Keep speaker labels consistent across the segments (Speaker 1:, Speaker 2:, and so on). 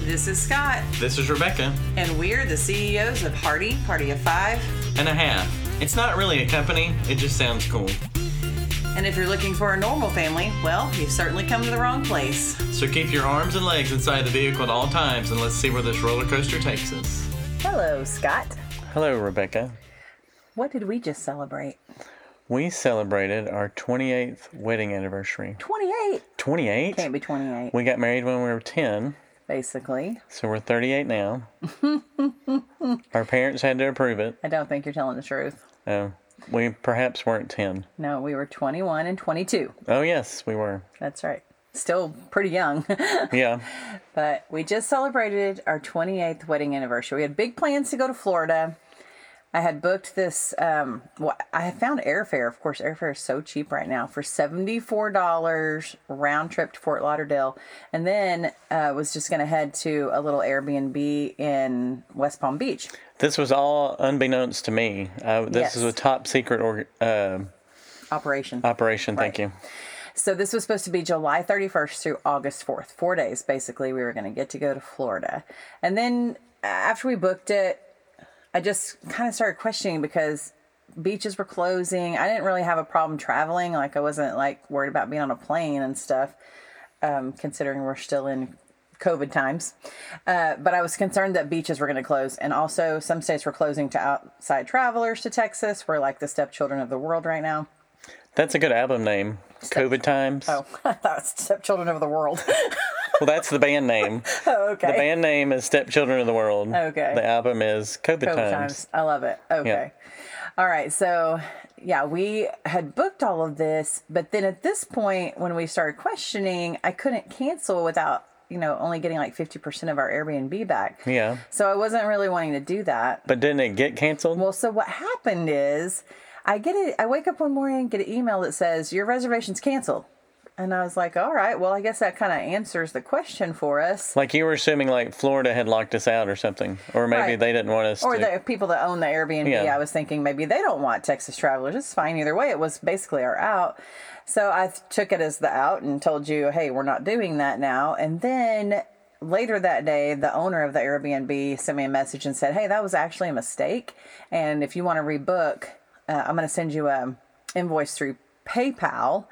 Speaker 1: This is Scott,
Speaker 2: This is Rebecca
Speaker 1: and we're the CEOs of Hardy, Party of Five.
Speaker 2: and a half. It's not really a company, it just sounds cool.
Speaker 1: And if you're looking for a normal family, well, you've certainly come to the wrong place.
Speaker 2: So keep your arms and legs inside the vehicle at all times and let's see where this roller coaster takes us.
Speaker 1: Hello, Scott.
Speaker 2: Hello, Rebecca.
Speaker 1: What did we just celebrate?
Speaker 2: We celebrated our 28th wedding anniversary.
Speaker 1: 28.
Speaker 2: 28?
Speaker 1: Can't be 28,
Speaker 2: We got married when we were 10,
Speaker 1: basically.
Speaker 2: so we're 38 now. our parents had to approve it.
Speaker 1: I don't think you're telling the truth.
Speaker 2: Oh, we perhaps weren't 10.
Speaker 1: No, we were 21 and 22.
Speaker 2: Oh, yes, we were.
Speaker 1: That's right. Still pretty young.
Speaker 2: Yeah.
Speaker 1: But we just celebrated our 28th wedding anniversary. We had big plans to go to Florida. I had booked this. Um, well, I had found airfare. Of course, airfare is so cheap right now for $74 round trip to Fort Lauderdale. And then uh, was just going to head to a little Airbnb in West Palm Beach.
Speaker 2: This was all unbeknownst to me. Uh, this
Speaker 1: Yes.
Speaker 2: is a top secret org uh,
Speaker 1: Operation.
Speaker 2: operation. Thank you.
Speaker 1: So this was supposed to be July 31st through August 4th. Four days, basically, we were going to get to go to Florida. And then uh, after we booked it, I just kind of started questioning because beaches were closing. I didn't really have a problem traveling. Like, I wasn't like worried about being on a plane and stuff, um, considering we're still in COVID times. Uh, but I was concerned that beaches were going to close. And also, some states were closing to outside travelers to Texas. We're like the stepchildren of the world right now.
Speaker 2: That's a good album name. COVID times.
Speaker 1: Oh, I thought it was stepchildren of the world.
Speaker 2: Well, that's the band name.
Speaker 1: Oh, okay.
Speaker 2: The band name is Stepchildren of the World.
Speaker 1: Okay.
Speaker 2: The album is COVID,
Speaker 1: Both
Speaker 2: times.
Speaker 1: times. I love it. Okay. All right. So, yeah, we had booked all of this, but then at this point, when we started questioning, I couldn't cancel without, you know, only getting like 50% of our Airbnb back.
Speaker 2: Yeah.
Speaker 1: So I wasn't really wanting to do that.
Speaker 2: But didn't it get canceled?
Speaker 1: Well, so what happened is I get it. I wake up one morning and get an email that says your reservation's canceled. And I was like, all right, well, I guess that kind of answers the question for us.
Speaker 2: like you were assuming like Florida had locked us out or something, or maybe
Speaker 1: Right.
Speaker 2: they didn't want us
Speaker 1: or
Speaker 2: to.
Speaker 1: the people that own the Airbnb.
Speaker 2: Yeah.
Speaker 1: I was thinking maybe they don't want Texas travelers. It's fine either way. It was basically our out. So I th- took it as the out and told you, hey, we're not doing that now. And then later that day, the owner of the Airbnb sent me a message and said, hey, that was actually a mistake. And if you want to rebook, uh, I'm going to send you a invoice through PayPal.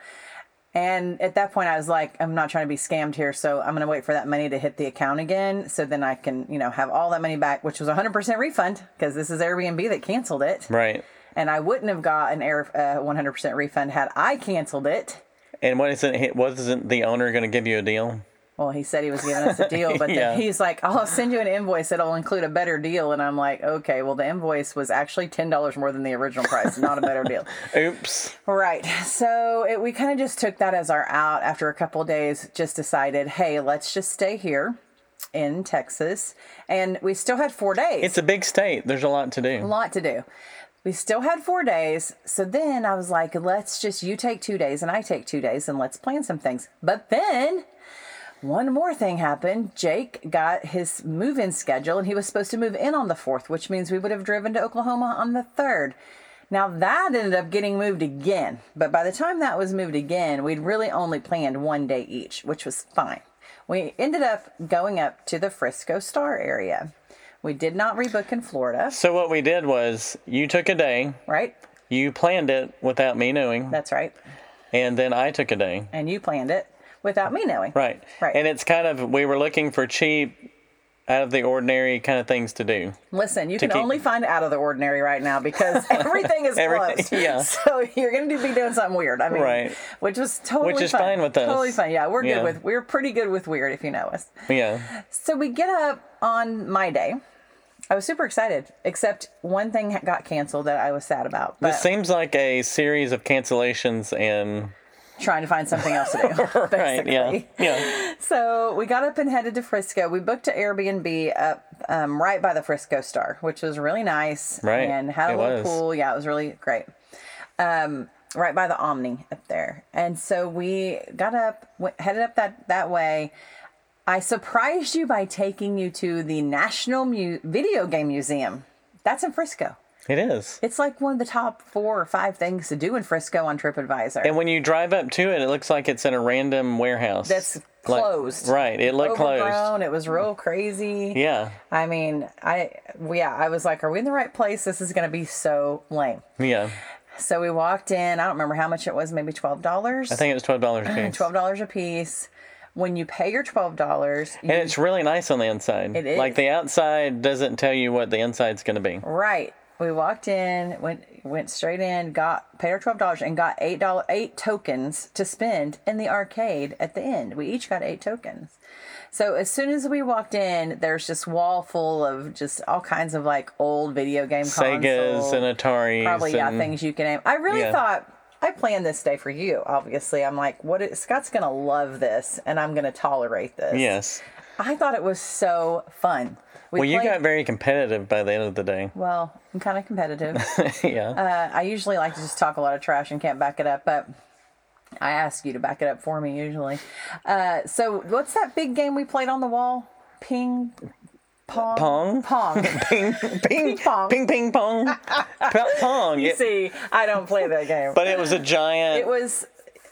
Speaker 1: And at that point, I was like, I'm not trying to be scammed here, so I'm going to wait for that money to hit the account again, so then I can, you know, have all that money back, which was 100% refund because this is Airbnb that canceled it,
Speaker 2: right.
Speaker 1: and I wouldn't have got an air uh, 100% refund had I canceled it.
Speaker 2: And what isn't he- wasn't the owner going to give you a deal?
Speaker 1: Well, he said he was giving us a deal, but
Speaker 2: Yeah.
Speaker 1: then he's like, "I'll send you an invoice that'll include a better deal," and I'm like, "Okay, well, the invoice was actually ten dollars more than the original price, not a better deal."
Speaker 2: Oops.
Speaker 1: Right. So it, we kind of just took that as our out after a couple of days, just decided, hey, let's just stay here in Texas. And we still had four days.
Speaker 2: It's a big state. There's a lot to do.
Speaker 1: a lot to do. We still had four days. So then I was like, let's just, you take two days and I take two days and let's plan some things. But then one more thing happened. Jake got his move in schedule and he was supposed to move in on the 4th, which means we would have driven to Oklahoma on the 3rd. Now that ended up getting moved again. But by the time that was moved again, we'd really only planned one day each, which was fine. We ended up going up to the Frisco Star area. We did not rebook in Florida,
Speaker 2: So what we did was you took a day,
Speaker 1: right?
Speaker 2: you planned it without me knowing,
Speaker 1: That's right.
Speaker 2: and then I took a day.
Speaker 1: And you planned it without me knowing.
Speaker 2: Right.
Speaker 1: Right.
Speaker 2: And it's kind of we were looking for cheap, out of the ordinary kind of things to do.
Speaker 1: Listen, you can
Speaker 2: keep-
Speaker 1: only find out of the ordinary right now because everything is
Speaker 2: Everything-
Speaker 1: closed.
Speaker 2: yeah.
Speaker 1: So you're going to be doing something weird. I mean,
Speaker 2: Right.
Speaker 1: which was totally
Speaker 2: Which is
Speaker 1: fun.
Speaker 2: fine with us.
Speaker 1: Totally fine. Yeah, we're
Speaker 2: Yeah.
Speaker 1: good with we're pretty good with weird if you know us.
Speaker 2: Yeah.
Speaker 1: So we get up on my day. I was super excited, except one thing ha- got canceled that I was sad about. But
Speaker 2: This seems like a series of cancellations and
Speaker 1: trying to find something else to do, basically.
Speaker 2: right, yeah, yeah.
Speaker 1: So we got up and headed to Frisco. We booked an Airbnb up um, right by the Frisco Star, which was really nice.
Speaker 2: Right.
Speaker 1: And had a
Speaker 2: It
Speaker 1: little
Speaker 2: was.
Speaker 1: pool. Yeah, it was really great. Um, right by the Omni up there. And so we got up, went, headed up that, that way. I surprised you by taking you to the National Mu- Video Game Museum. That's in Frisco.
Speaker 2: It is.
Speaker 1: It's like one of the top four or five things to do in Frisco on TripAdvisor.
Speaker 2: And when you drive up to it, it looks like it's in a random warehouse.
Speaker 1: That's
Speaker 2: Like-
Speaker 1: closed.
Speaker 2: right. It looked closed.
Speaker 1: Overgrown. It was real crazy.
Speaker 2: Yeah.
Speaker 1: I mean, I yeah, I was like, are we in the right place? This is going to be so lame.
Speaker 2: Yeah.
Speaker 1: So we walked in. I don't remember how much it was. Maybe twelve dollars.
Speaker 2: I think it was twelve dollars a piece.
Speaker 1: twelve dollars a piece. When you pay your twelve dollars,
Speaker 2: And it's really nice on the inside.
Speaker 1: It is.
Speaker 2: Like the outside doesn't tell you what the inside's going to be.
Speaker 1: right. We walked in, went went straight in, got paid our twelve dollars, and got eight dollar eight tokens to spend in the arcade at the end. We each got eight tokens. So as soon as we walked in, there's just wall full of just all kinds of like old video game
Speaker 2: Segas
Speaker 1: consoles
Speaker 2: and Ataris.
Speaker 1: probably yeah
Speaker 2: and-
Speaker 1: things you can name. I really
Speaker 2: Yeah.
Speaker 1: thought I planned this day for you. Obviously, I'm like, what? Is, Scott's gonna love this, and I'm gonna tolerate this.
Speaker 2: Yes.
Speaker 1: I thought it was so fun. We
Speaker 2: Well, you
Speaker 1: played-
Speaker 2: got very competitive by the end of the day.
Speaker 1: well. I'm kind of competitive.
Speaker 2: yeah.
Speaker 1: uh, I usually like to just talk a lot of trash and can't back it up, but. I ask you to back it up for me usually. Uh, so, what's that big game we played on the wall? Ping, pong,
Speaker 2: Pong?
Speaker 1: pong.
Speaker 2: ping, ping,
Speaker 1: pong.
Speaker 2: ping, ping, pong, P- pong. It-
Speaker 1: See, I don't play that game.
Speaker 2: but it was a giant.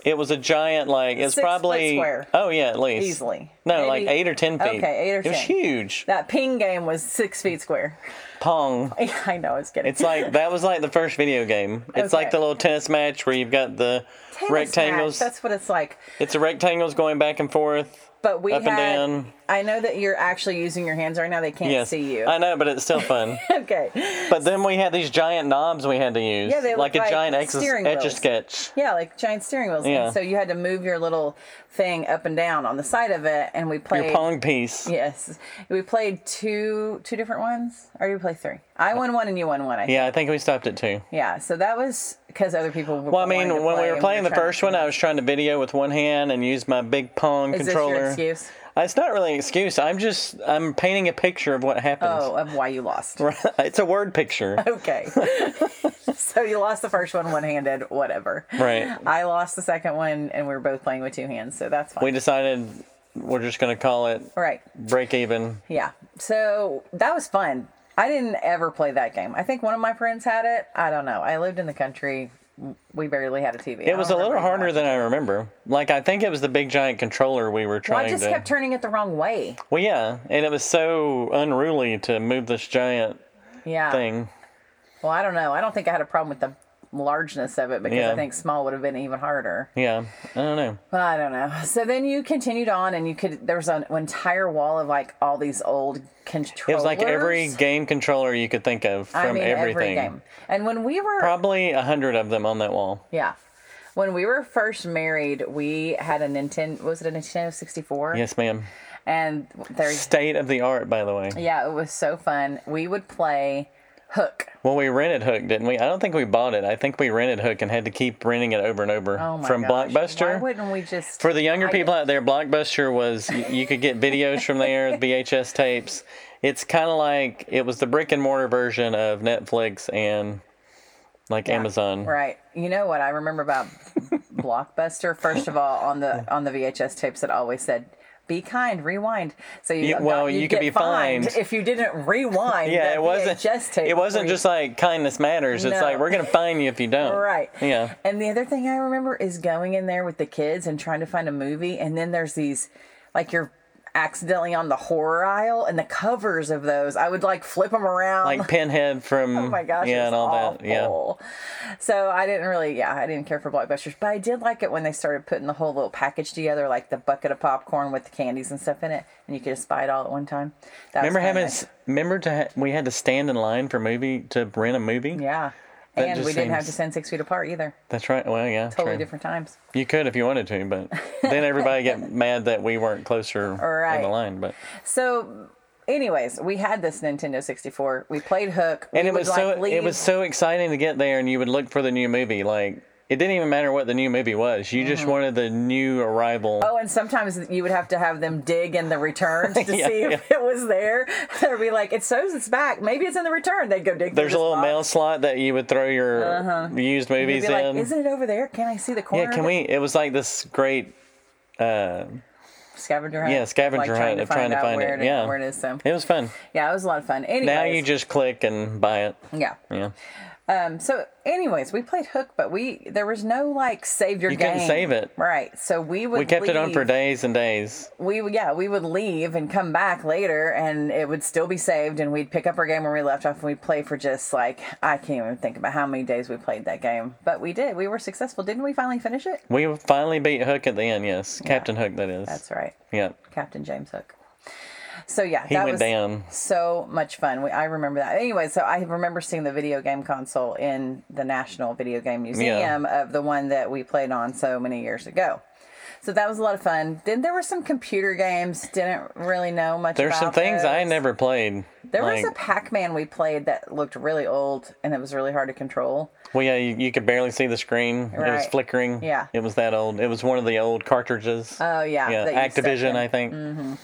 Speaker 1: it was
Speaker 2: a giant like it's
Speaker 1: Six foot
Speaker 2: probably
Speaker 1: square.
Speaker 2: oh yeah at least
Speaker 1: Easily.
Speaker 2: no
Speaker 1: Maybe-
Speaker 2: like eight or ten feet.
Speaker 1: Okay, eight or
Speaker 2: It was
Speaker 1: 10.
Speaker 2: huge.
Speaker 1: that ping game was six feet square.
Speaker 2: Pong.
Speaker 1: I know it's getting
Speaker 2: It's like that was like the first video game. It's like
Speaker 1: Okay.
Speaker 2: the little tennis match where you've got the
Speaker 1: Tennis
Speaker 2: rectangles.
Speaker 1: match, That's what it's like.
Speaker 2: It's the rectangles going back and forth.
Speaker 1: But we
Speaker 2: Up and
Speaker 1: had.
Speaker 2: down.
Speaker 1: I know that you're actually using your hands right now. They can't
Speaker 2: Yes,
Speaker 1: see you.
Speaker 2: I know, but it's still fun.
Speaker 1: okay.
Speaker 2: but then we had these giant knobs we had to use.
Speaker 1: Yeah, they
Speaker 2: like
Speaker 1: look
Speaker 2: a
Speaker 1: like
Speaker 2: giant etch
Speaker 1: steering wheels.
Speaker 2: a sketch.
Speaker 1: Yeah, like giant steering wheels.
Speaker 2: Yeah.
Speaker 1: And so you had to move your little thing up and down on the side of it, and we played.
Speaker 2: Your pong piece.
Speaker 1: Yes, we played two two different ones, or did we play three? I won one and you won one. I think.
Speaker 2: Yeah, I think we stopped at two.
Speaker 1: Yeah. So that was because other people. Were
Speaker 2: Well, I mean, when we were playing the first one, I
Speaker 1: out
Speaker 2: was trying to video with one hand and use my big pong
Speaker 1: is
Speaker 2: controller. Uh,
Speaker 1: this your excuse?
Speaker 2: It's not really an excuse. I'm just I'm painting a picture of what happens.
Speaker 1: Oh, of why you lost.
Speaker 2: it's a word picture.
Speaker 1: Okay. so you lost the first one one handed, whatever.
Speaker 2: Right.
Speaker 1: I lost the second one and we were both playing with two hands, so that's fine.
Speaker 2: We decided we're just going to call it
Speaker 1: right.
Speaker 2: break even.
Speaker 1: Yeah. So that was fun. I didn't ever play that game. I think one of my friends had it. I don't know. I lived in the country. We barely had a TV.
Speaker 2: It was a little harder than I remember. Like I think it was the big giant controller we were
Speaker 1: I
Speaker 2: trying
Speaker 1: just
Speaker 2: to.
Speaker 1: kept turning it the wrong way.
Speaker 2: well, yeah, and it was so unruly to move this giant
Speaker 1: Yeah.
Speaker 2: thing.
Speaker 1: Well, I don't know. I don't think I had a problem with the largeness of it because
Speaker 2: Yeah.
Speaker 1: I think small would have been even harder.
Speaker 2: Yeah, I don't know.
Speaker 1: Well, I don't know. So then you continued on, and you could. There was an entire wall of like all these old controllers.
Speaker 2: It was like every game controller you could think of from
Speaker 1: I mean, every
Speaker 2: everything.
Speaker 1: game. And when we were,
Speaker 2: Probably a hundred of them on that wall.
Speaker 1: yeah, when we were first married, we had a Nintendo. Was it a Nintendo sixty four?
Speaker 2: Yes, ma'am.
Speaker 1: And there,
Speaker 2: State of the art, by the way.
Speaker 1: yeah, it was so fun. We would play Hook.
Speaker 2: Well, we rented Hook, didn't we? I don't think we bought it. I think we rented Hook and had to keep renting it over and over
Speaker 1: Oh my
Speaker 2: from
Speaker 1: gosh. Why
Speaker 2: Blockbuster.
Speaker 1: wouldn't we just
Speaker 2: For the younger
Speaker 1: I-
Speaker 2: people out there, Blockbuster was you, you could get videos from there, VHS tapes. It's kind of like it was the brick and mortar version of Netflix and like Amazon.
Speaker 1: Right. You know what I remember about Blockbuster? First of all, on the on the VHS tapes, it always said. Be kind. Rewind. So you,
Speaker 2: You- well,
Speaker 1: you'd
Speaker 2: you could
Speaker 1: get
Speaker 2: be
Speaker 1: fined
Speaker 2: fined.
Speaker 1: if you didn't rewind.
Speaker 2: Yeah,
Speaker 1: that
Speaker 2: it wasn't
Speaker 1: VHS tape
Speaker 2: It wasn't
Speaker 1: before you-
Speaker 2: just like kindness matters. It's
Speaker 1: No.
Speaker 2: like we're gonna fine you if you don't.
Speaker 1: right.
Speaker 2: Yeah.
Speaker 1: And the other thing I remember is going in there with the kids and trying to find a movie, and then there's these, like you're accidentally on the horror aisle, and the covers of those, I would like flip them around.
Speaker 2: Like Pinhead from
Speaker 1: Oh my gosh,
Speaker 2: yeah and all that yeah.
Speaker 1: Yeah. So I didn't really, yeah, I didn't care for blockbusters, but I did like it when they started putting the whole little package together, like the bucket of popcorn with the candies and stuff in it, and you could just buy it all at one time. That was
Speaker 2: Remember
Speaker 1: kinda
Speaker 2: having
Speaker 1: nice.
Speaker 2: s- remember to ha- we had to stand in line for movie to rent a movie.
Speaker 1: yeah,
Speaker 2: That
Speaker 1: and we
Speaker 2: just
Speaker 1: didn't have
Speaker 2: seems-
Speaker 1: to stand six feet apart either.
Speaker 2: That's right. Well, yeah.
Speaker 1: Totally
Speaker 2: true.
Speaker 1: different times.
Speaker 2: You could if you wanted to, but then everybody get mad that we weren't closer in
Speaker 1: Right.
Speaker 2: the line. But
Speaker 1: So. Anyways, we had this Nintendo 64. We played Hook. We
Speaker 2: and it
Speaker 1: would,
Speaker 2: was
Speaker 1: like,
Speaker 2: so
Speaker 1: leave.
Speaker 2: it was so exciting to get there, and you would look for the new movie. Like it didn't even matter what the new movie was. You
Speaker 1: Mm-hmm.
Speaker 2: just wanted the new arrival.
Speaker 1: Oh, and sometimes you would have to have them dig in the return to
Speaker 2: Yeah,
Speaker 1: see if it was there. They'd be like, "It shows it's back. Maybe it's in the return." They'd go dig. through
Speaker 2: There's a
Speaker 1: this
Speaker 2: little
Speaker 1: box.
Speaker 2: mail slot that you would throw your used
Speaker 1: They'd
Speaker 2: movies
Speaker 1: be like,
Speaker 2: in.
Speaker 1: "Isn't it over there? Can I see the corner?"
Speaker 2: yeah, can
Speaker 1: of it?"
Speaker 2: we? It was like this great. Uh,
Speaker 1: scavenger hunt.
Speaker 2: Yeah, scavenger
Speaker 1: like,
Speaker 2: hunt
Speaker 1: Trying to
Speaker 2: of
Speaker 1: find,
Speaker 2: trying to
Speaker 1: out
Speaker 2: find
Speaker 1: where
Speaker 2: it,
Speaker 1: It,
Speaker 2: yeah.
Speaker 1: where it is. So
Speaker 2: It was fun.
Speaker 1: yeah, it was a lot of fun. Anyways,
Speaker 2: Now you just click and buy it.
Speaker 1: yeah.
Speaker 2: Yeah.
Speaker 1: Um, so, anyways, we played hook, but we there was no like save your
Speaker 2: You
Speaker 1: game.
Speaker 2: couldn't save it.
Speaker 1: right? So we would
Speaker 2: We kept it on for
Speaker 1: leave-
Speaker 2: days and days.
Speaker 1: We would- yeah, we would leave and come back later, and it would still be saved, and we'd pick up our game where we left off, and we'd play for just like I can't even think about how many days we played that game, but we did. We were successful, didn't we? Finally finish it.
Speaker 2: We finally beat Hook at the end, yes. Captain Hook, that is.
Speaker 1: That's right,
Speaker 2: Yeah.
Speaker 1: Captain James Hook. So yeah,
Speaker 2: He
Speaker 1: that
Speaker 2: went
Speaker 1: was
Speaker 2: down.
Speaker 1: so much fun. We, I remember that. Anyway, so I remember seeing the video game console in the National Video Game Museum of the one that we played on so many years ago. So that was a lot of fun. Then there were some computer games. Didn't really know much.
Speaker 2: There's some
Speaker 1: about
Speaker 2: things I
Speaker 1: those.
Speaker 2: never played.
Speaker 1: There
Speaker 2: like,
Speaker 1: was a Pac-Man we played that looked really old and it was really hard to control.
Speaker 2: Well, yeah, you, you could barely see the screen. It was
Speaker 1: Right.
Speaker 2: flickering.
Speaker 1: Yeah.
Speaker 2: It was that old. It was one of the old cartridges.
Speaker 1: Oh yeah,
Speaker 2: yeah.
Speaker 1: that you stuck
Speaker 2: Activision,
Speaker 1: in. Mm.
Speaker 2: I think.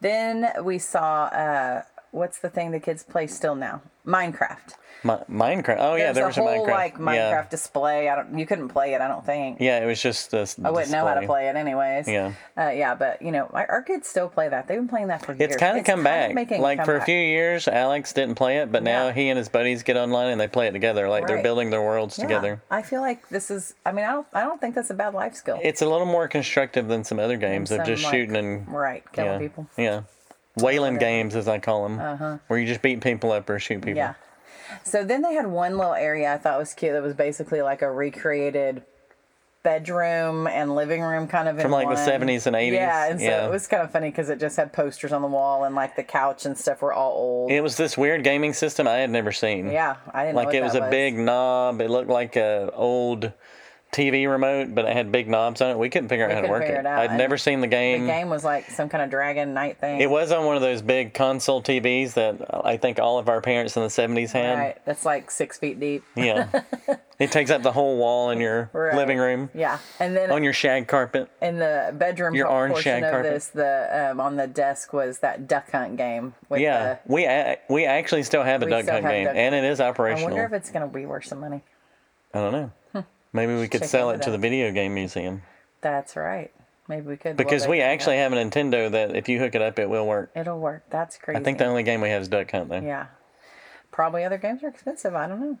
Speaker 1: Then we saw uh, what's the thing the kids play still now? Minecraft.
Speaker 2: Mi- Minecraft. Oh, yeah,
Speaker 1: There's
Speaker 2: there
Speaker 1: a
Speaker 2: was
Speaker 1: whole
Speaker 2: a Minecraft.
Speaker 1: like Minecraft
Speaker 2: yeah.
Speaker 1: display. I don't. You couldn't play it. I don't think.
Speaker 2: yeah, it was just this.
Speaker 1: I wouldn't know how to play it anyways.
Speaker 2: Yeah.
Speaker 1: Uh, yeah, but you know, our, our kids still play that. They've been playing that for years.
Speaker 2: It's kind of come
Speaker 1: kinda
Speaker 2: back.
Speaker 1: making
Speaker 2: Like for a
Speaker 1: comeback.
Speaker 2: few years, Alex didn't play it, but now
Speaker 1: Yeah.
Speaker 2: he and his buddies get online and they play it together. Like they're
Speaker 1: Right.
Speaker 2: building their worlds
Speaker 1: Yeah.
Speaker 2: together.
Speaker 1: I feel like this is. I mean, I don't. I don't think that's a bad life skill.
Speaker 2: It's a little more constructive than some other games of
Speaker 1: some,
Speaker 2: just
Speaker 1: like,
Speaker 2: shooting and
Speaker 1: right, killing
Speaker 2: yeah,
Speaker 1: people. Uh-huh.
Speaker 2: yeah, whaling games as I call them, where you just beat people up or shoot people.
Speaker 1: Yeah. So then they had one little area I thought was cute that was basically like a recreated bedroom and living room kind of
Speaker 2: From, like, the 70s and 80s.
Speaker 1: Yeah, and so
Speaker 2: Yeah.
Speaker 1: it was kind of funny because it just had posters on the wall and like the couch and stuff were all old.
Speaker 2: It was this weird gaming system I had never seen.
Speaker 1: yeah, I didn't know
Speaker 2: like
Speaker 1: what
Speaker 2: it was
Speaker 1: that
Speaker 2: a big knob. It looked like a old TV remote, but it had big knobs on it. We couldn't figure out how to
Speaker 1: couldn't
Speaker 2: work it.
Speaker 1: figure it out,
Speaker 2: I'd
Speaker 1: and
Speaker 2: never seen the game.
Speaker 1: The game was like some kind of dragon night thing.
Speaker 2: It was on one of those big console TVs that I think all of our parents in the '70s had.
Speaker 1: right, that's like six feet deep.
Speaker 2: Yeah, it takes up the whole wall in your
Speaker 1: Right.
Speaker 2: living room.
Speaker 1: Yeah, and then
Speaker 2: On your shag carpet.
Speaker 1: in the bedroom
Speaker 2: Oh, Your
Speaker 1: por-
Speaker 2: orange
Speaker 1: portion
Speaker 2: shag
Speaker 1: of
Speaker 2: carpet.
Speaker 1: this, the um, on the desk was that duck hunt game. With
Speaker 2: Yeah,
Speaker 1: the,
Speaker 2: we a- we actually still have a
Speaker 1: We
Speaker 2: duck
Speaker 1: still
Speaker 2: hunt
Speaker 1: have
Speaker 2: game,
Speaker 1: duck
Speaker 2: and it is
Speaker 1: I
Speaker 2: operational.
Speaker 1: wonder if it's gonna be worth some money.
Speaker 2: I don't know. Maybe we could
Speaker 1: Check
Speaker 2: sell
Speaker 1: into
Speaker 2: it to
Speaker 1: that.
Speaker 2: the video game museum
Speaker 1: That's right. Maybe we could
Speaker 2: because
Speaker 1: load
Speaker 2: we
Speaker 1: it up.
Speaker 2: actually have a Nintendo that if you hook it up, it will work.
Speaker 1: it'll work. That's crazy.
Speaker 2: I think the only game we have is Duck Hunt, though.
Speaker 1: yeah. Probably other games are expensive. I don't know.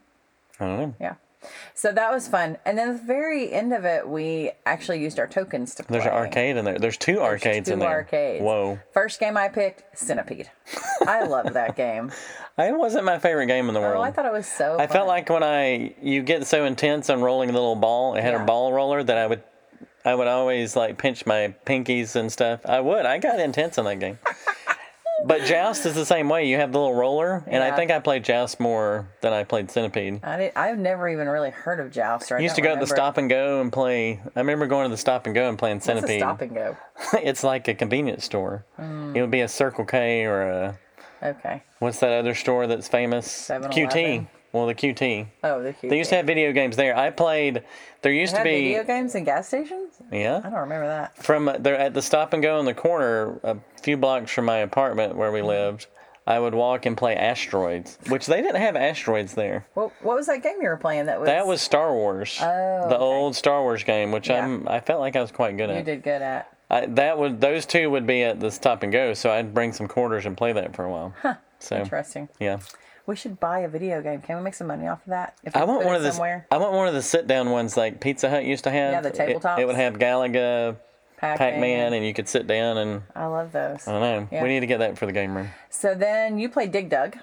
Speaker 2: I don't know.
Speaker 1: Yeah. So that was fun. And then at the very end of it, we actually used our tokens to play.
Speaker 2: There's an arcade in there. There's two arcades
Speaker 1: Two
Speaker 2: in there.
Speaker 1: arcades.
Speaker 2: Whoa.
Speaker 1: First game I picked, Centipede. I love that game.
Speaker 2: It wasn't my favorite game in the world.
Speaker 1: Oh, I thought it was so.
Speaker 2: I felt
Speaker 1: fun.
Speaker 2: like when I you get so intense on rolling the little ball, it had a
Speaker 1: Yeah.
Speaker 2: ball roller that I would I would always like pinch my pinkies and stuff. I would. I got intense on that game. but Joust is the same way. You have the little roller, and I
Speaker 1: Yeah.
Speaker 2: think I played Joust more than I played Centipede. I
Speaker 1: I did, I've never even really heard of Joust. Or I
Speaker 2: used to
Speaker 1: don't
Speaker 2: go to the
Speaker 1: remember.
Speaker 2: stop and go and play. I remember going to the stop and go and playing
Speaker 1: It's a
Speaker 2: Centipede.
Speaker 1: stop and Hmm. go.
Speaker 2: it's like a convenience store. It would be a Circle K or a
Speaker 1: Okay.
Speaker 2: what's that other store that's famous?
Speaker 1: 7-Eleven.
Speaker 2: QT. Well, the QT.
Speaker 1: Oh, the cute.
Speaker 2: They used to have video games there. I played. There used to
Speaker 1: had
Speaker 2: be
Speaker 1: video games in gas stations. I
Speaker 2: yeah
Speaker 1: don't remember that.
Speaker 2: from uh, there at the stop and go in the corner a few blocks from my apartment where we
Speaker 1: Mm-hmm.
Speaker 2: lived. I would walk and play asteroids, which they didn't have asteroids there.
Speaker 1: What, what was that game you were playing? That was
Speaker 2: That was Star Wars, the old Star Wars game, which
Speaker 1: Oh, Yeah.
Speaker 2: I'm I felt like I was quite good
Speaker 1: you
Speaker 2: at.
Speaker 1: did good at.
Speaker 2: I, that would those two would be at the stop and go, so I'd bring some quarters and play that for a while. so
Speaker 1: Interesting.
Speaker 2: yeah,
Speaker 1: We should buy a video game. Can we make some money off of that? If we
Speaker 2: I want
Speaker 1: put
Speaker 2: one
Speaker 1: it
Speaker 2: of the
Speaker 1: somewhere.
Speaker 2: I want one of the sit down ones like Pizza Hut used to have.
Speaker 1: the
Speaker 2: It- It,
Speaker 1: tabletops.
Speaker 2: would have Galaga, Pac Man, and you could sit down and
Speaker 1: I love those.
Speaker 2: I don't know.
Speaker 1: Yeah.
Speaker 2: We need to get that for the game room.
Speaker 1: So then you played Dig Dug.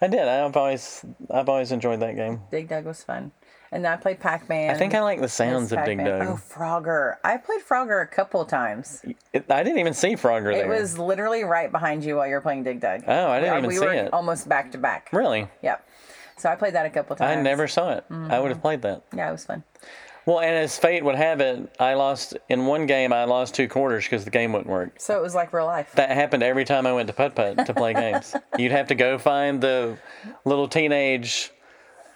Speaker 2: I did. I've always I've always enjoyed that game.
Speaker 1: Dig Dug was fun. And then I played Pac Man.
Speaker 2: I think I like the sounds of Dig Dug.
Speaker 1: Oh, Frogger. I played Frogger a couple times.
Speaker 2: It- I didn't even see Frogger
Speaker 1: It
Speaker 2: there.
Speaker 1: was literally right behind you while you were playing Dig Dug.
Speaker 2: Oh, I didn't
Speaker 1: Uh,
Speaker 2: even
Speaker 1: we
Speaker 2: see
Speaker 1: were
Speaker 2: it.
Speaker 1: almost back to back.
Speaker 2: really.
Speaker 1: Yep. So I played that a couple
Speaker 2: I
Speaker 1: times.
Speaker 2: never saw it. I
Speaker 1: Mm-hmm.
Speaker 2: would have played that.
Speaker 1: Yeah, it was fun.
Speaker 2: Well, and as fate would have it, I lost in one game. I lost two quarters because the game wouldn't work.
Speaker 1: So it was like real life.
Speaker 2: That happened every time I went to putt putt to play games. You'd have to go find the little teenage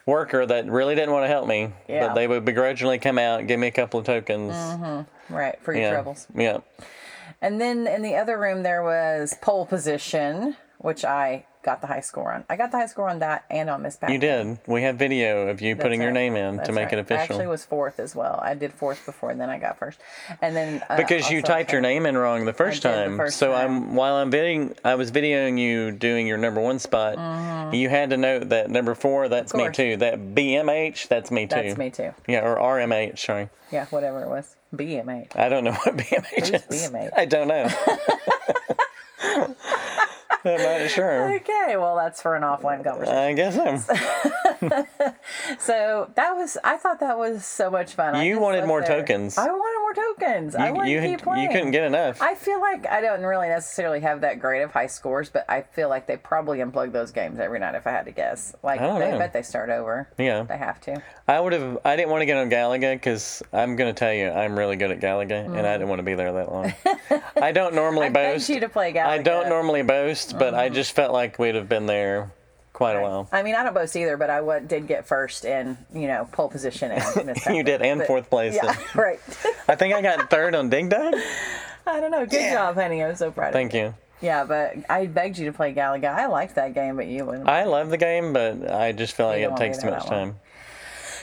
Speaker 2: worker that really didn't want to help me,
Speaker 1: Yeah.
Speaker 2: but they would begrudgingly come out, give me a couple of tokens.
Speaker 1: right, for your
Speaker 2: Yeah,
Speaker 1: troubles.
Speaker 2: yeah.
Speaker 1: And then in the other room there was pole position, which I got the high score on. I got the high score on that and on Miss Pac.
Speaker 2: You did. We have video of you putting your name in to make it
Speaker 1: I actually
Speaker 2: official.
Speaker 1: was fourth as well. I did fourth before, and then I got first. And then uh,
Speaker 2: Because you
Speaker 1: also
Speaker 2: typed
Speaker 1: I
Speaker 2: your name in wrong the first
Speaker 1: did the
Speaker 2: time.
Speaker 1: first
Speaker 2: so
Speaker 1: time.
Speaker 2: I'm while I'm videoing I was videoing you doing your number one spot. You had to note that number four, that's me
Speaker 1: Mm-hmm. course.
Speaker 2: too. That BMH, that's me too.
Speaker 1: That's me too.
Speaker 2: Yeah, or RMH, sorry.
Speaker 1: Yeah, whatever it was. BMA.
Speaker 2: I don't know what BMH is.
Speaker 1: Who's BMH?
Speaker 2: I don't know. I'm not sure.
Speaker 1: Okay, well that's for an offline conversation.
Speaker 2: I guess I'm.
Speaker 1: So that was I thought that was so much fun. I
Speaker 2: You
Speaker 1: just
Speaker 2: wanted
Speaker 1: left
Speaker 2: more tokens.
Speaker 1: I wanted more tokens. I wanted
Speaker 2: You,
Speaker 1: to
Speaker 2: you,
Speaker 1: keep playing.
Speaker 2: you couldn't get enough.
Speaker 1: I feel like I don't really necessarily have that great of high scores, but I feel like they probably unplug those games every night if I had to guess. Like
Speaker 2: I don't
Speaker 1: they, I
Speaker 2: know.
Speaker 1: bet they start over.
Speaker 2: Yeah.
Speaker 1: They have to.
Speaker 2: I would have. I didn't want to get on Galaga because I'm gonna tell you, I'm really good at Galaga, and I didn't want to be there that long. I don't normally
Speaker 1: Mm. I begged
Speaker 2: boast.
Speaker 1: you to play Galaga.
Speaker 2: I don't normally boast, but I just felt like we'd have been there quite a while.
Speaker 1: Mm. I mean, I don't boast either, but I wa- did get first in, you know, pole position. And Miss
Speaker 2: You did, and
Speaker 1: But-
Speaker 2: fourth place.
Speaker 1: Yeah, right.
Speaker 2: I think I got third on Ding Dong.
Speaker 1: I don't know. Good job, honey. I'm so proud of
Speaker 2: Thank you.
Speaker 1: Yeah, but I begged you to play Galaga. I liked that game, but you wouldn't.
Speaker 2: I love the game, but I just feel like
Speaker 1: You don't
Speaker 2: it
Speaker 1: wanna be
Speaker 2: takes too
Speaker 1: there
Speaker 2: much
Speaker 1: that long.
Speaker 2: time.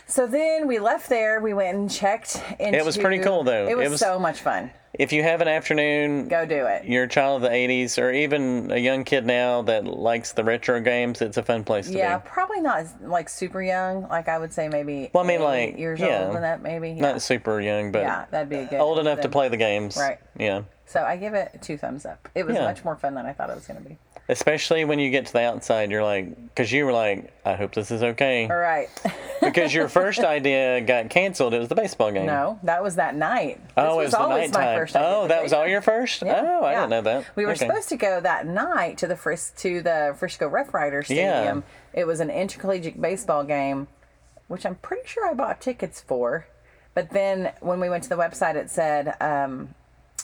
Speaker 1: So then we left there. We went and checked. Into,
Speaker 2: was pretty cool, though.
Speaker 1: It was,
Speaker 2: It was-
Speaker 1: so much fun.
Speaker 2: If you have an afternoon,
Speaker 1: Go do it.
Speaker 2: you're a child of the 80s, or even a young kid now that likes the retro games, it's a fun place to
Speaker 1: Yeah,
Speaker 2: be.
Speaker 1: probably not like super young. Like I would say maybe.
Speaker 2: Well, I mean,
Speaker 1: eight
Speaker 2: like,
Speaker 1: years
Speaker 2: yeah.
Speaker 1: older than that, maybe. Yeah.
Speaker 2: Not super young, but
Speaker 1: yeah, that'd be a good.
Speaker 2: old enough to
Speaker 1: then.
Speaker 2: play the games.
Speaker 1: Right.
Speaker 2: Yeah.
Speaker 1: So I give it two thumbs up. It was
Speaker 2: Yeah.
Speaker 1: much more fun than I thought it was going to be.
Speaker 2: Especially when you get to the outside, you're like, because you were like, I hope this is okay.
Speaker 1: All right.
Speaker 2: Because your first idea got canceled. It was the baseball game.
Speaker 1: no, that was that night.
Speaker 2: Oh,
Speaker 1: this
Speaker 2: it was, the
Speaker 1: always
Speaker 2: nighttime.
Speaker 1: my first.
Speaker 2: oh, that was
Speaker 1: identification.
Speaker 2: all your first? Oh, I
Speaker 1: Yeah.
Speaker 2: didn't know that.
Speaker 1: We were
Speaker 2: Okay.
Speaker 1: supposed to go that night to the Fris- to the Frisco Rough Riders
Speaker 2: Yeah.
Speaker 1: Stadium. It was an intercollegiate baseball game, which I'm pretty sure I bought tickets for. But then when we went to the website, it said um,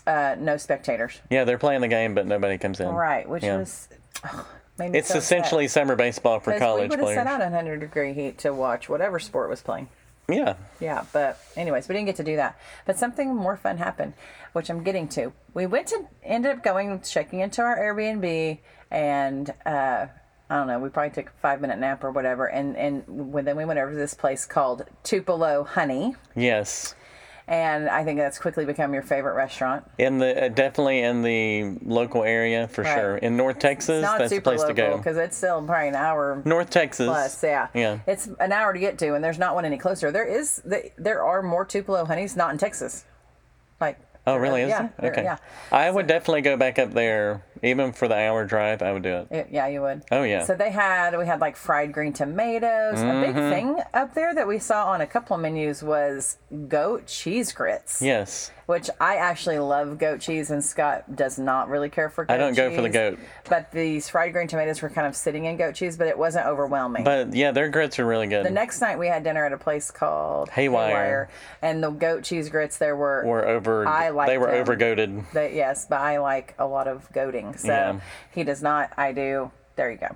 Speaker 1: uh, no spectators.
Speaker 2: Yeah, they're playing the game, but nobody comes in.
Speaker 1: Right, which
Speaker 2: Yeah.
Speaker 1: was ugh, made me
Speaker 2: It's
Speaker 1: so upset.
Speaker 2: essentially summer baseball for
Speaker 1: 'Cause we
Speaker 2: college
Speaker 1: would have
Speaker 2: players.
Speaker 1: set out in 100 degree heat to watch whatever sport was playing.
Speaker 2: Yeah.
Speaker 1: Yeah, but anyways, we didn't get to do that. But something more fun happened, which I'm getting to. We went to ended up going checking into our Airbnb, and uh, I don't know. We probably took a five minute nap or whatever, and and when, then we went over to this place called Tupelo Honey,
Speaker 2: Yes.
Speaker 1: and I think that's quickly become your favorite restaurant.
Speaker 2: In the uh, definitely in the local area for
Speaker 1: Right.
Speaker 2: sure. In North Texas,
Speaker 1: Not
Speaker 2: that's the
Speaker 1: super
Speaker 2: place to
Speaker 1: local
Speaker 2: go.
Speaker 1: because it's still probably an hour
Speaker 2: North Texas.
Speaker 1: plus. Yeah,
Speaker 2: Yeah.
Speaker 1: It's an hour to get to, and there's not one any closer. There is the, there are more Tupelo Honeys not in Texas, like.
Speaker 2: Oh, really? Is
Speaker 1: yeah,
Speaker 2: there?
Speaker 1: there-
Speaker 2: Okay.
Speaker 1: yeah.
Speaker 2: I would definitely go back up there, even for the hour drive. I would do it.
Speaker 1: It- yeah, you would.
Speaker 2: Oh, yeah.
Speaker 1: So they had we had like fried green tomatoes. A
Speaker 2: Mm-hmm.
Speaker 1: big thing up there that we saw on a couple of menus was goat cheese grits.
Speaker 2: Yes.
Speaker 1: Which I actually love goat cheese, and Scott does not really care for. goat
Speaker 2: I don't go for the
Speaker 1: cheese.
Speaker 2: goat.
Speaker 1: But these fried green tomatoes were kind of sitting in goat cheese, but it wasn't overwhelming.
Speaker 2: But yeah, their grits are really good.
Speaker 1: the next night we had dinner at a place called
Speaker 2: Haywire.
Speaker 1: and the goat cheese grits there were
Speaker 2: were over.
Speaker 1: I
Speaker 2: they
Speaker 1: liked
Speaker 2: were
Speaker 1: them.
Speaker 2: over goaded.
Speaker 1: But yes, but I like a lot of goading. So
Speaker 2: Yeah.
Speaker 1: he does not. I do. There you go.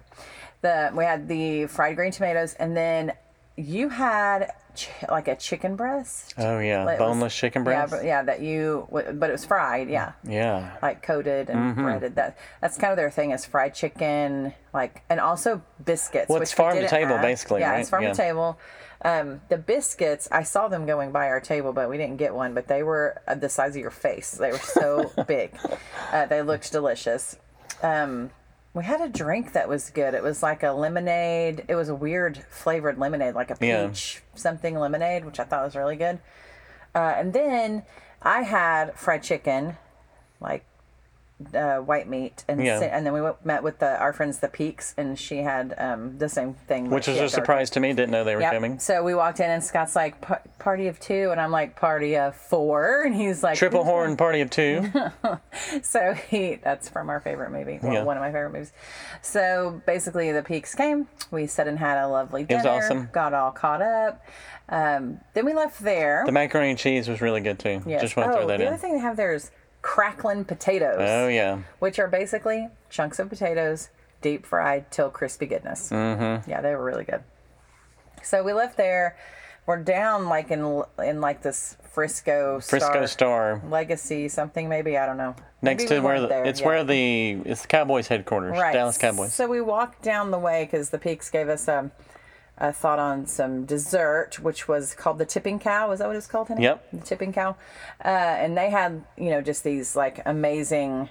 Speaker 1: The we had the fried green tomatoes, and then you had ch- like a chicken breast,
Speaker 2: Oh yeah,
Speaker 1: It was-
Speaker 2: boneless chicken breast.
Speaker 1: Yeah, but- yeah, that you. But it was fried. Yeah,
Speaker 2: yeah. Mm-hmm.
Speaker 1: like coated and breaded. That that's kind of their thing is fried chicken, like and also biscuits.
Speaker 2: Well, it's
Speaker 1: which we
Speaker 2: farm to
Speaker 1: didn't
Speaker 2: table,
Speaker 1: have.
Speaker 2: basically,
Speaker 1: Yeah,
Speaker 2: right?
Speaker 1: it's farm
Speaker 2: Yeah.
Speaker 1: to table. Um, the biscuits, I saw them going by our table, but we didn't get one. But they were uh, the size of your face. They were so big. Uh, they looked delicious. Um, we had a drink that was good. It was like a lemonade. It was a weird flavored lemonade, like a
Speaker 2: Yeah.
Speaker 1: peach something lemonade, which I thought was really good. Uh, and then I had fried chicken, like uh, white meat, and
Speaker 2: Yeah.
Speaker 1: sa- and then we went, met with the, our friends the Peaks, and she had um, the same thing,
Speaker 2: Which was a surprise to me. Didn't know they were coming.
Speaker 1: So we walked in, and Scott's like, "Pa- "Party of two, and I'm like, "Party of four. and he's like,
Speaker 2: Triple horn party of two.
Speaker 1: So he that's from our favorite movie, well,
Speaker 2: Yeah.
Speaker 1: one of my favorite movies. So basically, the Peaks came. We sat and had a lovely dinner.
Speaker 2: was awesome.
Speaker 1: Got all caught up. Um, then we left there.
Speaker 2: the macaroni and cheese was really good too.
Speaker 1: Yes.
Speaker 2: Just want to
Speaker 1: oh,
Speaker 2: throw that
Speaker 1: the
Speaker 2: in.
Speaker 1: other thing they have there is crackling potatoes,
Speaker 2: oh yeah.
Speaker 1: which are basically chunks of potatoes deep fried till crispy goodness. Mm-hmm. Yeah, they were really good. So we left there. we're down like in in like this Frisco Star
Speaker 2: Frisco Star,
Speaker 1: Legacy something maybe I don't know.
Speaker 2: next
Speaker 1: Maybe we
Speaker 2: to where
Speaker 1: weren't
Speaker 2: the,
Speaker 1: there
Speaker 2: it's
Speaker 1: yet.
Speaker 2: where the it's the Cowboys headquarters,
Speaker 1: Right.
Speaker 2: Dallas Cowboys.
Speaker 1: So we walked down the way because the Peaks gave us um, a thought on some dessert, which was called the Tipping Cow. Is that what it's called? Henry?
Speaker 2: Yep.
Speaker 1: The Tipping Cow. Uh, and they had, you know, just these like amazing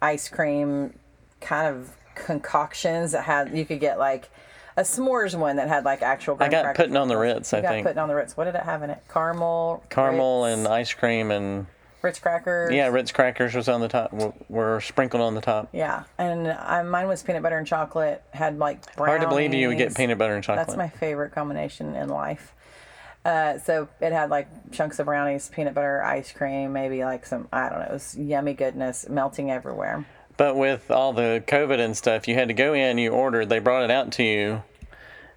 Speaker 1: ice cream kind of concoctions that had, you could get like a s'mores one that had like actual.
Speaker 2: I got putting on the Ritz, I
Speaker 1: got
Speaker 2: think.
Speaker 1: putting on the Ritz. What did it have in it? Caramel.
Speaker 2: Caramel
Speaker 1: Ritz,
Speaker 2: and ice cream and
Speaker 1: Ritz crackers.
Speaker 2: yeah, Ritz crackers was on the top. were- Were sprinkled on the top.
Speaker 1: Yeah, and I, mine was peanut butter and chocolate. Had like brownies.
Speaker 2: Hard to believe you would get peanut butter and chocolate.
Speaker 1: That's my favorite combination in life. Uh, so it had like chunks of brownies, peanut butter, ice cream, maybe like some I don't know, it was yummy goodness melting everywhere.
Speaker 2: But with all the COVID and stuff, you had to go in, you ordered, they brought it out to you,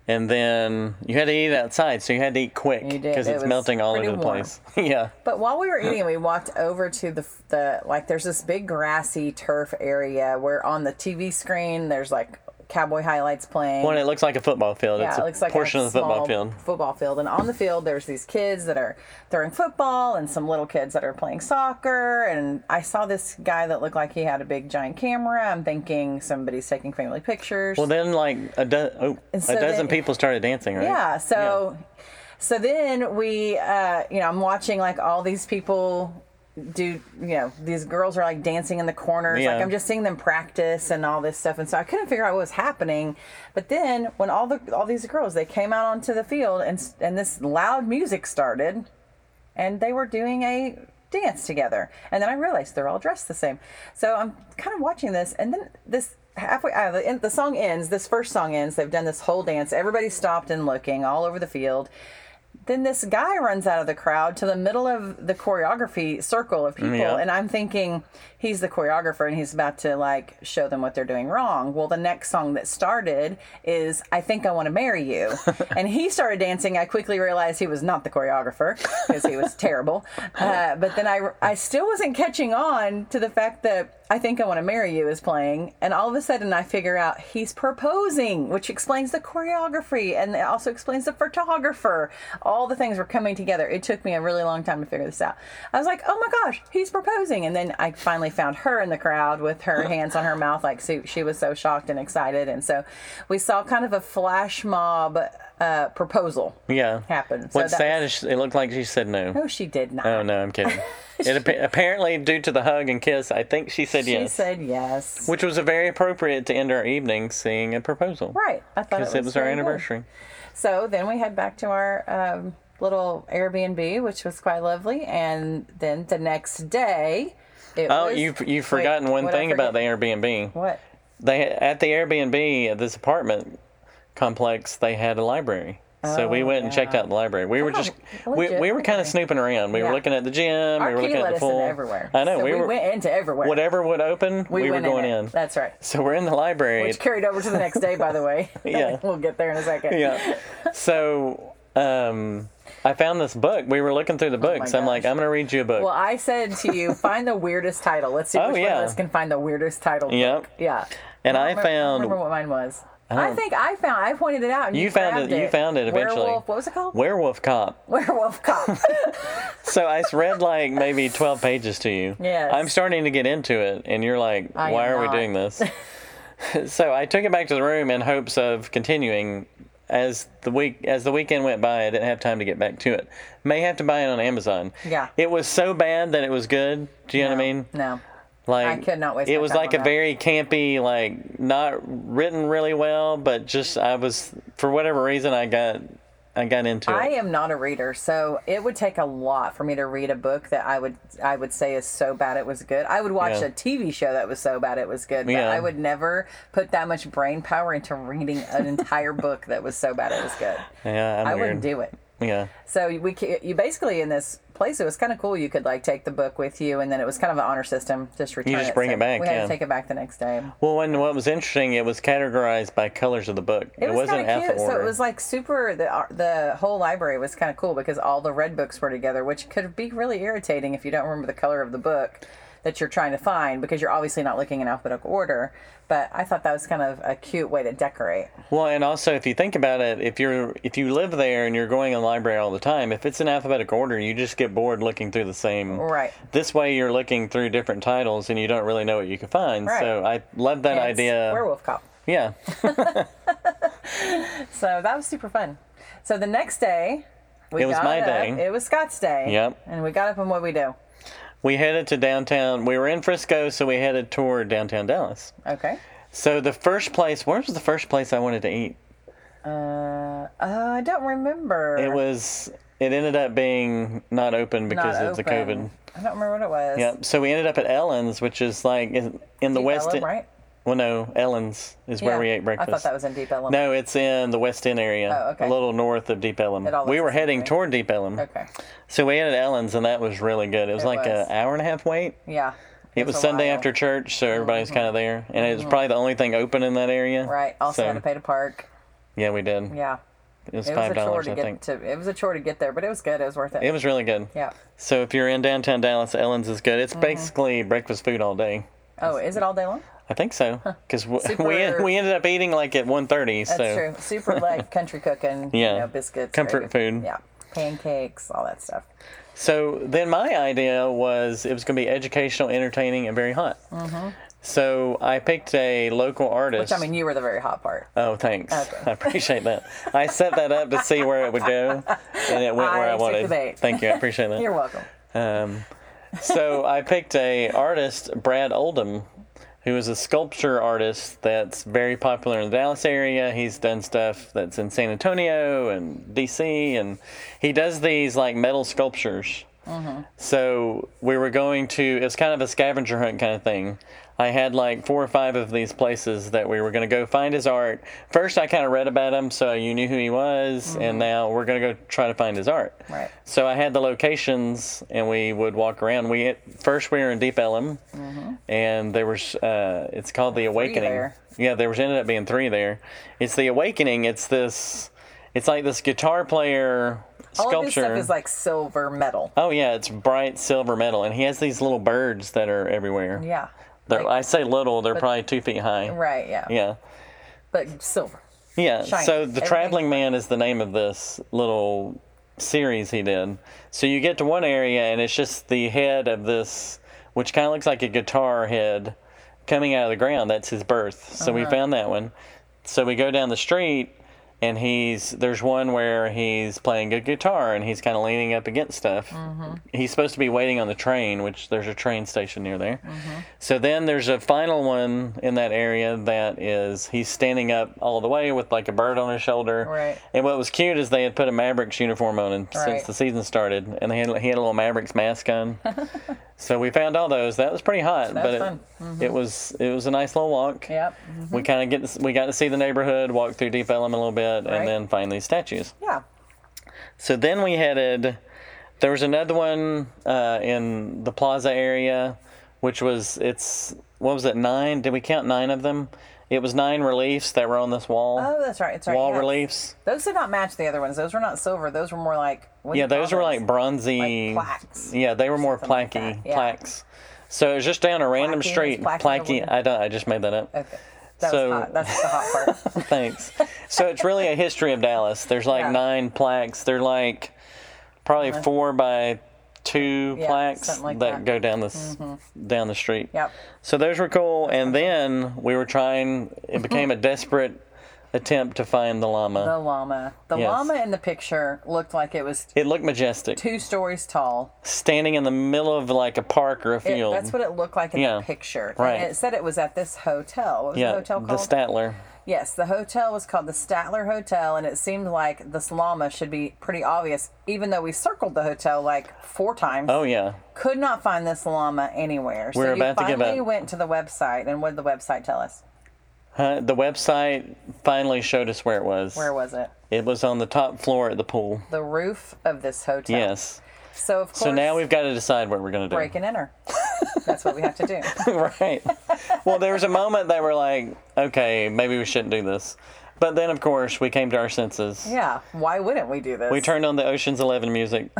Speaker 2: and then you had to eat outside. So you had to eat quick
Speaker 1: You did.
Speaker 2: because
Speaker 1: It
Speaker 2: it's
Speaker 1: was
Speaker 2: melting all
Speaker 1: pretty
Speaker 2: over the
Speaker 1: warm.
Speaker 2: place. yeah.
Speaker 1: But while we were eating, we walked over to the the like there's this big grassy turf area where on the TV screen there's like cowboy highlights playing.
Speaker 2: When it looks like a football field, it's
Speaker 1: Yeah,
Speaker 2: a
Speaker 1: it looks like
Speaker 2: portion
Speaker 1: a
Speaker 2: of the football
Speaker 1: small
Speaker 2: field.
Speaker 1: Football field, and on the field, there's these kids that are throwing football, and some little kids that are playing soccer. And I saw this guy that looked like he had a big giant camera. I'm thinking somebody's taking family pictures.
Speaker 2: Well, then like a, do- oh, a
Speaker 1: so
Speaker 2: dozen
Speaker 1: they-
Speaker 2: people started dancing, right?
Speaker 1: yeah. So, so then we, uh, you know, I'm watching like all these people do you know these girls are like dancing in the corners
Speaker 2: Yeah.
Speaker 1: like i'm just seeing them practice and all this stuff and so i couldn't figure out what was happening but then when all the all these girls they came out onto the field and s- and this loud music started and they were doing a dance together. And then I realized they're all dressed the same. So I'm kind of watching this, and then this halfway, uh, the, end- the song ends. This first song ends. They've done this whole dance. Everybody stopped and looking all over the field. Then this guy runs out of the crowd to the middle of the choreography circle of people,
Speaker 2: yeah.
Speaker 1: and I'm thinking he's the choreographer and he's about to like show them what they're doing wrong. Well, the next song that started is "I Think I Want to Marry You," and he started dancing. I quickly realized he was not the choreographer because he was terrible. Uh, but then I I still wasn't catching on to the fact that "I Think I Want to Marry You" is playing, and all of a sudden I figure out he's proposing, which explains the choreography and it also explains the photographer. All the things were coming together. It took me a really long time to figure this out. I was like, oh my gosh, he's proposing. And then I finally found her in the crowd with her hands on her mouth. Like so, she was so shocked and excited. And so we saw kind of a flash mob uh, proposal.
Speaker 2: Yeah.
Speaker 1: Happened. So
Speaker 2: What's
Speaker 1: that
Speaker 2: sad is it looked like she said no.
Speaker 1: No, she did not.
Speaker 2: Oh, no, I'm kidding. it appa- apparently, due to the hug and kiss, I think she said
Speaker 1: She
Speaker 2: yes.
Speaker 1: said yes.
Speaker 2: which was a very appropriate to end our evening seeing a proposal.
Speaker 1: Right. I thought it was,
Speaker 2: Because it was our
Speaker 1: very good.
Speaker 2: anniversary.
Speaker 1: So then we head back to our um, little Airbnb, which was quite lovely. And then the next day, it
Speaker 2: Oh,
Speaker 1: was-
Speaker 2: you you've
Speaker 1: wait,
Speaker 2: forgotten one
Speaker 1: what'd I
Speaker 2: thing about the
Speaker 1: forget?
Speaker 2: Airbnb.
Speaker 1: What?
Speaker 2: They at the Airbnb at this apartment complex, they had a library. So we
Speaker 1: Oh,
Speaker 2: went and checked
Speaker 1: yeah.
Speaker 2: out the library. We were just
Speaker 1: Oh,
Speaker 2: we,
Speaker 1: legit
Speaker 2: we were kind
Speaker 1: library.
Speaker 2: of snooping around. We
Speaker 1: Yeah.
Speaker 2: were looking at the gym. we
Speaker 1: Our
Speaker 2: were
Speaker 1: key
Speaker 2: looking at
Speaker 1: led
Speaker 2: the
Speaker 1: us into
Speaker 2: pool.
Speaker 1: everywhere.
Speaker 2: I know
Speaker 1: So
Speaker 2: we,
Speaker 1: we,
Speaker 2: were
Speaker 1: went into everywhere.
Speaker 2: whatever would open. We, were
Speaker 1: went
Speaker 2: going
Speaker 1: it.
Speaker 2: in.
Speaker 1: That's right.
Speaker 2: So we're in the library.
Speaker 1: Which carried over to the next day, by the way.
Speaker 2: Yeah.
Speaker 1: we'll get there in a second.
Speaker 2: yeah. So um, I found this book. We were looking through the books. I'm like,
Speaker 1: Oh gosh.
Speaker 2: I'm gonna read you a book.
Speaker 1: Well, I said to you, find the weirdest title. Let's see
Speaker 2: Oh,
Speaker 1: which
Speaker 2: yeah.
Speaker 1: one of us can find the weirdest title. book.
Speaker 2: Yep.
Speaker 1: Yeah.
Speaker 2: and I,
Speaker 1: remember-
Speaker 2: found
Speaker 1: remember what mine was. I,
Speaker 2: don't-
Speaker 1: think I found. I pointed it out. And you,
Speaker 2: you found it,
Speaker 1: grabbed
Speaker 2: You found it eventually.
Speaker 1: Werewolf. What was it called?
Speaker 2: Werewolf Cop.
Speaker 1: Werewolf Cop.
Speaker 2: So I s- read like maybe 12 pages to you.
Speaker 1: Yes.
Speaker 2: I'm starting to get into it, and you're like,
Speaker 1: I
Speaker 2: why
Speaker 1: am
Speaker 2: are we
Speaker 1: not."
Speaker 2: doing this? so I took it back to the room in hopes of continuing. As the week as the weekend went by, I didn't have time to get back to it. May have to buy it on Amazon.
Speaker 1: Yeah.
Speaker 2: It was so bad that it was good. Do you know what I mean?
Speaker 1: no.
Speaker 2: Like
Speaker 1: I could not waste
Speaker 2: It
Speaker 1: my
Speaker 2: was
Speaker 1: time
Speaker 2: like
Speaker 1: on
Speaker 2: a
Speaker 1: that.
Speaker 2: very campy, like not written really well, but just I was for whatever reason I got I got into
Speaker 1: I
Speaker 2: it.
Speaker 1: am not a reader, so it would take a lot for me to read a book that I would I would say is so bad it was good. I would watch
Speaker 2: Yeah.
Speaker 1: a TV show that was so bad it was good, but
Speaker 2: Yeah.
Speaker 1: I would never put that much brain power into reading an entire book that was so bad it was good.
Speaker 2: yeah, I'm
Speaker 1: I
Speaker 2: weird.
Speaker 1: wouldn't do it.
Speaker 2: yeah.
Speaker 1: So we ca- you basically in this place it was kind of cool. You could like take the book with you, and then it was kind of an honor system. Just return.
Speaker 2: just
Speaker 1: it.
Speaker 2: bring
Speaker 1: So
Speaker 2: it back,
Speaker 1: We had
Speaker 2: yeah.
Speaker 1: to take it back the next day.
Speaker 2: Well, and what was interesting, it was categorized by colors of the book. It,
Speaker 1: It was
Speaker 2: was not
Speaker 1: kind of
Speaker 2: alpha
Speaker 1: cute.
Speaker 2: order.
Speaker 1: So it was like super. The uh, the whole library was kind of cool because all the red books were together, which could be really irritating if you don't remember the color of the book. that you're trying to find because you're obviously not looking in alphabetical order. But I thought that was kind of a cute way to decorate.
Speaker 2: Well, and also if you think about it, if you're if you live there and you're going in the library all the time, if it's in alphabetical order, you just get bored looking through the same.
Speaker 1: Right.
Speaker 2: This way, you're looking through different titles and you don't really know what you can find.
Speaker 1: Right.
Speaker 2: So I love that
Speaker 1: Hence,
Speaker 2: idea.
Speaker 1: Werewolf Cop.
Speaker 2: Yeah.
Speaker 1: So that was super fun. So the next day, we
Speaker 2: It was
Speaker 1: got
Speaker 2: my
Speaker 1: up.
Speaker 2: day.
Speaker 1: It was Scott's day.
Speaker 2: Yep.
Speaker 1: And we got up and what we do.
Speaker 2: we headed to downtown. We were in Frisco, so we headed toward downtown Dallas.
Speaker 1: Okay.
Speaker 2: So the first place, where was the first place I wanted to eat?
Speaker 1: Uh, uh, I don't remember.
Speaker 2: It was. It ended up being not open
Speaker 1: Not
Speaker 2: because of the
Speaker 1: open.
Speaker 2: COVID.
Speaker 1: I don't remember what it was.
Speaker 2: Yep. So we ended up at Ellen's, which is like in, in the
Speaker 1: Deep
Speaker 2: West. E-
Speaker 1: Ellum, right?
Speaker 2: Well, no, Ellen's is where
Speaker 1: Yeah.
Speaker 2: we ate breakfast.
Speaker 1: I thought that was in Deep Ellum.
Speaker 2: No, it's in the West End area,
Speaker 1: Oh, okay.
Speaker 2: a little north of Deep Ellum.
Speaker 1: It all
Speaker 2: We
Speaker 1: looks
Speaker 2: were
Speaker 1: the same
Speaker 2: heading
Speaker 1: to me.
Speaker 2: toward Deep Ellum.
Speaker 1: Okay.
Speaker 2: So we ate at Ellen's, and that was really good. It was
Speaker 1: It
Speaker 2: like
Speaker 1: was.
Speaker 2: an hour and a half wait.
Speaker 1: Yeah.
Speaker 2: It was
Speaker 1: a
Speaker 2: Sunday
Speaker 1: while. Mm-hmm.
Speaker 2: after church, so everybody's kind of there, and it was probably the only thing open in that area.
Speaker 1: Right. Also
Speaker 2: so,
Speaker 1: had to pay to park.
Speaker 2: Yeah, we did.
Speaker 1: Yeah.
Speaker 2: It was
Speaker 1: It was
Speaker 2: five
Speaker 1: a chore
Speaker 2: dollars,
Speaker 1: to
Speaker 2: I
Speaker 1: get
Speaker 2: think.
Speaker 1: to. It was a chore to get there, but it was good. It was worth it.
Speaker 2: It was really good.
Speaker 1: yeah. Mm-hmm.
Speaker 2: So if you're in downtown Dallas, Ellen's is good. It's basically breakfast food all day.
Speaker 1: Oh, is it all day long?
Speaker 2: I think so, because we
Speaker 1: Super-
Speaker 2: we ended up eating like at 1.30,
Speaker 1: That's
Speaker 2: so
Speaker 1: true. Super like country cooking.
Speaker 2: Yeah.
Speaker 1: You know, biscuits.
Speaker 2: Comfort
Speaker 1: gravy.
Speaker 2: food.
Speaker 1: Yeah. Pancakes, all that stuff.
Speaker 2: So then my idea was it was going to be educational, entertaining, and very hot. So I picked a local artist.
Speaker 1: Mm-hmm. Which I mean, you were the very hot part.
Speaker 2: oh, thanks. I appreciate that. I set that up to see where it would go, and it went
Speaker 1: I
Speaker 2: where I
Speaker 1: took the
Speaker 2: wanted.
Speaker 1: bait.
Speaker 2: Thank you. I appreciate that.
Speaker 1: You're welcome.
Speaker 2: Um, so I picked a artist, Brad Oldham, who is a sculpture artist that's very popular in the Dallas area. He's done stuff that's in San Antonio and D.C. and he does these like metal sculptures. So we were going to. It's kind of a scavenger hunt kind of thing. I had like four or five of these places that we were going to go find his art. First, I kind of read about him, so you knew who he was, and now we're going to go try to find his art.
Speaker 1: Right.
Speaker 2: So I had the locations, and we would walk around. We first we were in Deep Ellum, and there was uh, it's called the Awakening.
Speaker 1: there.
Speaker 2: Yeah, there was ended up being three there. It's the Awakening. It's this. It's like this guitar player
Speaker 1: All
Speaker 2: sculpture.
Speaker 1: of this stuff is like silver metal.
Speaker 2: Oh yeah, it's bright silver metal, and he has these little birds that are everywhere.
Speaker 1: Yeah.
Speaker 2: They're,
Speaker 1: Like-
Speaker 2: I say little; they're probably two feet high.
Speaker 1: right. Yeah.
Speaker 2: Yeah,
Speaker 1: But silver.
Speaker 2: yeah.
Speaker 1: Shiny.
Speaker 2: So the
Speaker 1: Everything's
Speaker 2: traveling man is the name of this little series he did. So you get to one area, and it's just the head of this, which kind of looks like a guitar head, coming out of the ground. That's his birth. So
Speaker 1: Uh-huh.
Speaker 2: we found that one. So we go down the street, and he's there's one where he's playing a guitar and he's kind of leaning up against stuff.
Speaker 1: Mm-hmm.
Speaker 2: He's supposed to be waiting on the train, which there's a train station near there.
Speaker 1: Mm-hmm.
Speaker 2: So then there's a final one in that area that is he's standing up all the way with like a bird on his shoulder.
Speaker 1: Right.
Speaker 2: And what was cute is they had put a Mavericks uniform on him
Speaker 1: Right.
Speaker 2: since the season started, and they had he had a little Mavericks mask on. so we found all those. That was pretty hot,
Speaker 1: That
Speaker 2: but
Speaker 1: was
Speaker 2: it,
Speaker 1: fun. Mm-hmm.
Speaker 2: it was it was a nice little walk.
Speaker 1: Yep.
Speaker 2: We kind of get to, s- we got to see the neighborhood, walk through Deep Ellum a little bit,
Speaker 1: Right.
Speaker 2: and then find these statues.
Speaker 1: Yeah.
Speaker 2: So then we headed. There was another one uh, in the plaza area, which was it's what was it nine? Did we count nine of them? It was nine reliefs that were on this wall.
Speaker 1: Oh, that's right. It's right.
Speaker 2: wall
Speaker 1: yes.
Speaker 2: reliefs.
Speaker 1: Those did not match the other ones. Those were not silver. Those were more like what do
Speaker 2: Yeah,
Speaker 1: you call
Speaker 2: those were like bronzy
Speaker 1: Like plaques
Speaker 2: Yeah, they were more
Speaker 1: something like
Speaker 2: plaquey
Speaker 1: that, yeah.
Speaker 2: plaques. So it was just down a random
Speaker 1: Plaquey is
Speaker 2: street.
Speaker 1: plaquey
Speaker 2: Plaquey.
Speaker 1: over-
Speaker 2: I don't. I just made that up.
Speaker 1: Okay. That
Speaker 2: So-
Speaker 1: was hot. That's the hot part.
Speaker 2: Thanks. So it's really a history of Dallas. There's like
Speaker 1: Yeah.
Speaker 2: nine plaques. They're like probably four by two
Speaker 1: Yeah,
Speaker 2: plaques
Speaker 1: something like
Speaker 2: that,
Speaker 1: that. Mm-hmm.
Speaker 2: go down this down the street.
Speaker 1: Yep.
Speaker 2: So those were cool. And then we were trying.
Speaker 1: Mm-hmm.
Speaker 2: It became a desperate attempt to find the llama.
Speaker 1: The llama. The
Speaker 2: Yes.
Speaker 1: llama in the picture looked like it was
Speaker 2: it looked majestic,
Speaker 1: two stories tall.
Speaker 2: standing in the middle of like a park or a
Speaker 1: It-
Speaker 2: field.
Speaker 1: that's what it looked like in
Speaker 2: Yeah.
Speaker 1: the picture.
Speaker 2: Right.
Speaker 1: And it said it was at this hotel. What was
Speaker 2: yeah,
Speaker 1: the hotel called?
Speaker 2: the Statler.
Speaker 1: yes, the hotel was called the Statler Hotel, and it seemed like this llama should be pretty obvious, even though we circled the hotel like four times.
Speaker 2: Oh yeah,
Speaker 1: Could not find this llama anywhere.
Speaker 2: We're
Speaker 1: so
Speaker 2: about to
Speaker 1: you
Speaker 2: give
Speaker 1: finally
Speaker 2: up.
Speaker 1: went to the website, and what did the website tell us?
Speaker 2: huh? the website finally showed us where it was.
Speaker 1: Where was it?
Speaker 2: It was on the top floor at the pool.
Speaker 1: The roof of this hotel.
Speaker 2: Yes.
Speaker 1: So of course.
Speaker 2: So now we've got to decide what we're going to do.
Speaker 1: break and enter. That's what we have to do.
Speaker 2: right. Well, there was a moment that we're like, okay, maybe we shouldn't do this. But then, of course, we came to our senses.
Speaker 1: Yeah. Why wouldn't we do this?
Speaker 2: We turned on the Ocean's Eleven music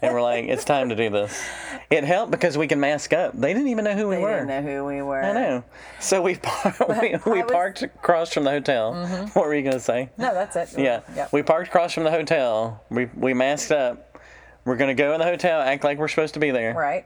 Speaker 2: and we're like, it's time to do this. It helped because we can mask up. They didn't even know who we
Speaker 1: They
Speaker 2: were.
Speaker 1: didn't know who we were.
Speaker 2: I know. So we par- we, we
Speaker 1: I was- Mm-hmm.
Speaker 2: parked across from the hotel. What were you gonna say?
Speaker 1: No, that's it.
Speaker 2: Yeah.
Speaker 1: Yep.
Speaker 2: We parked across from the hotel. We we masked up. We're gonna go in the hotel, act like we're supposed to be there.
Speaker 1: right.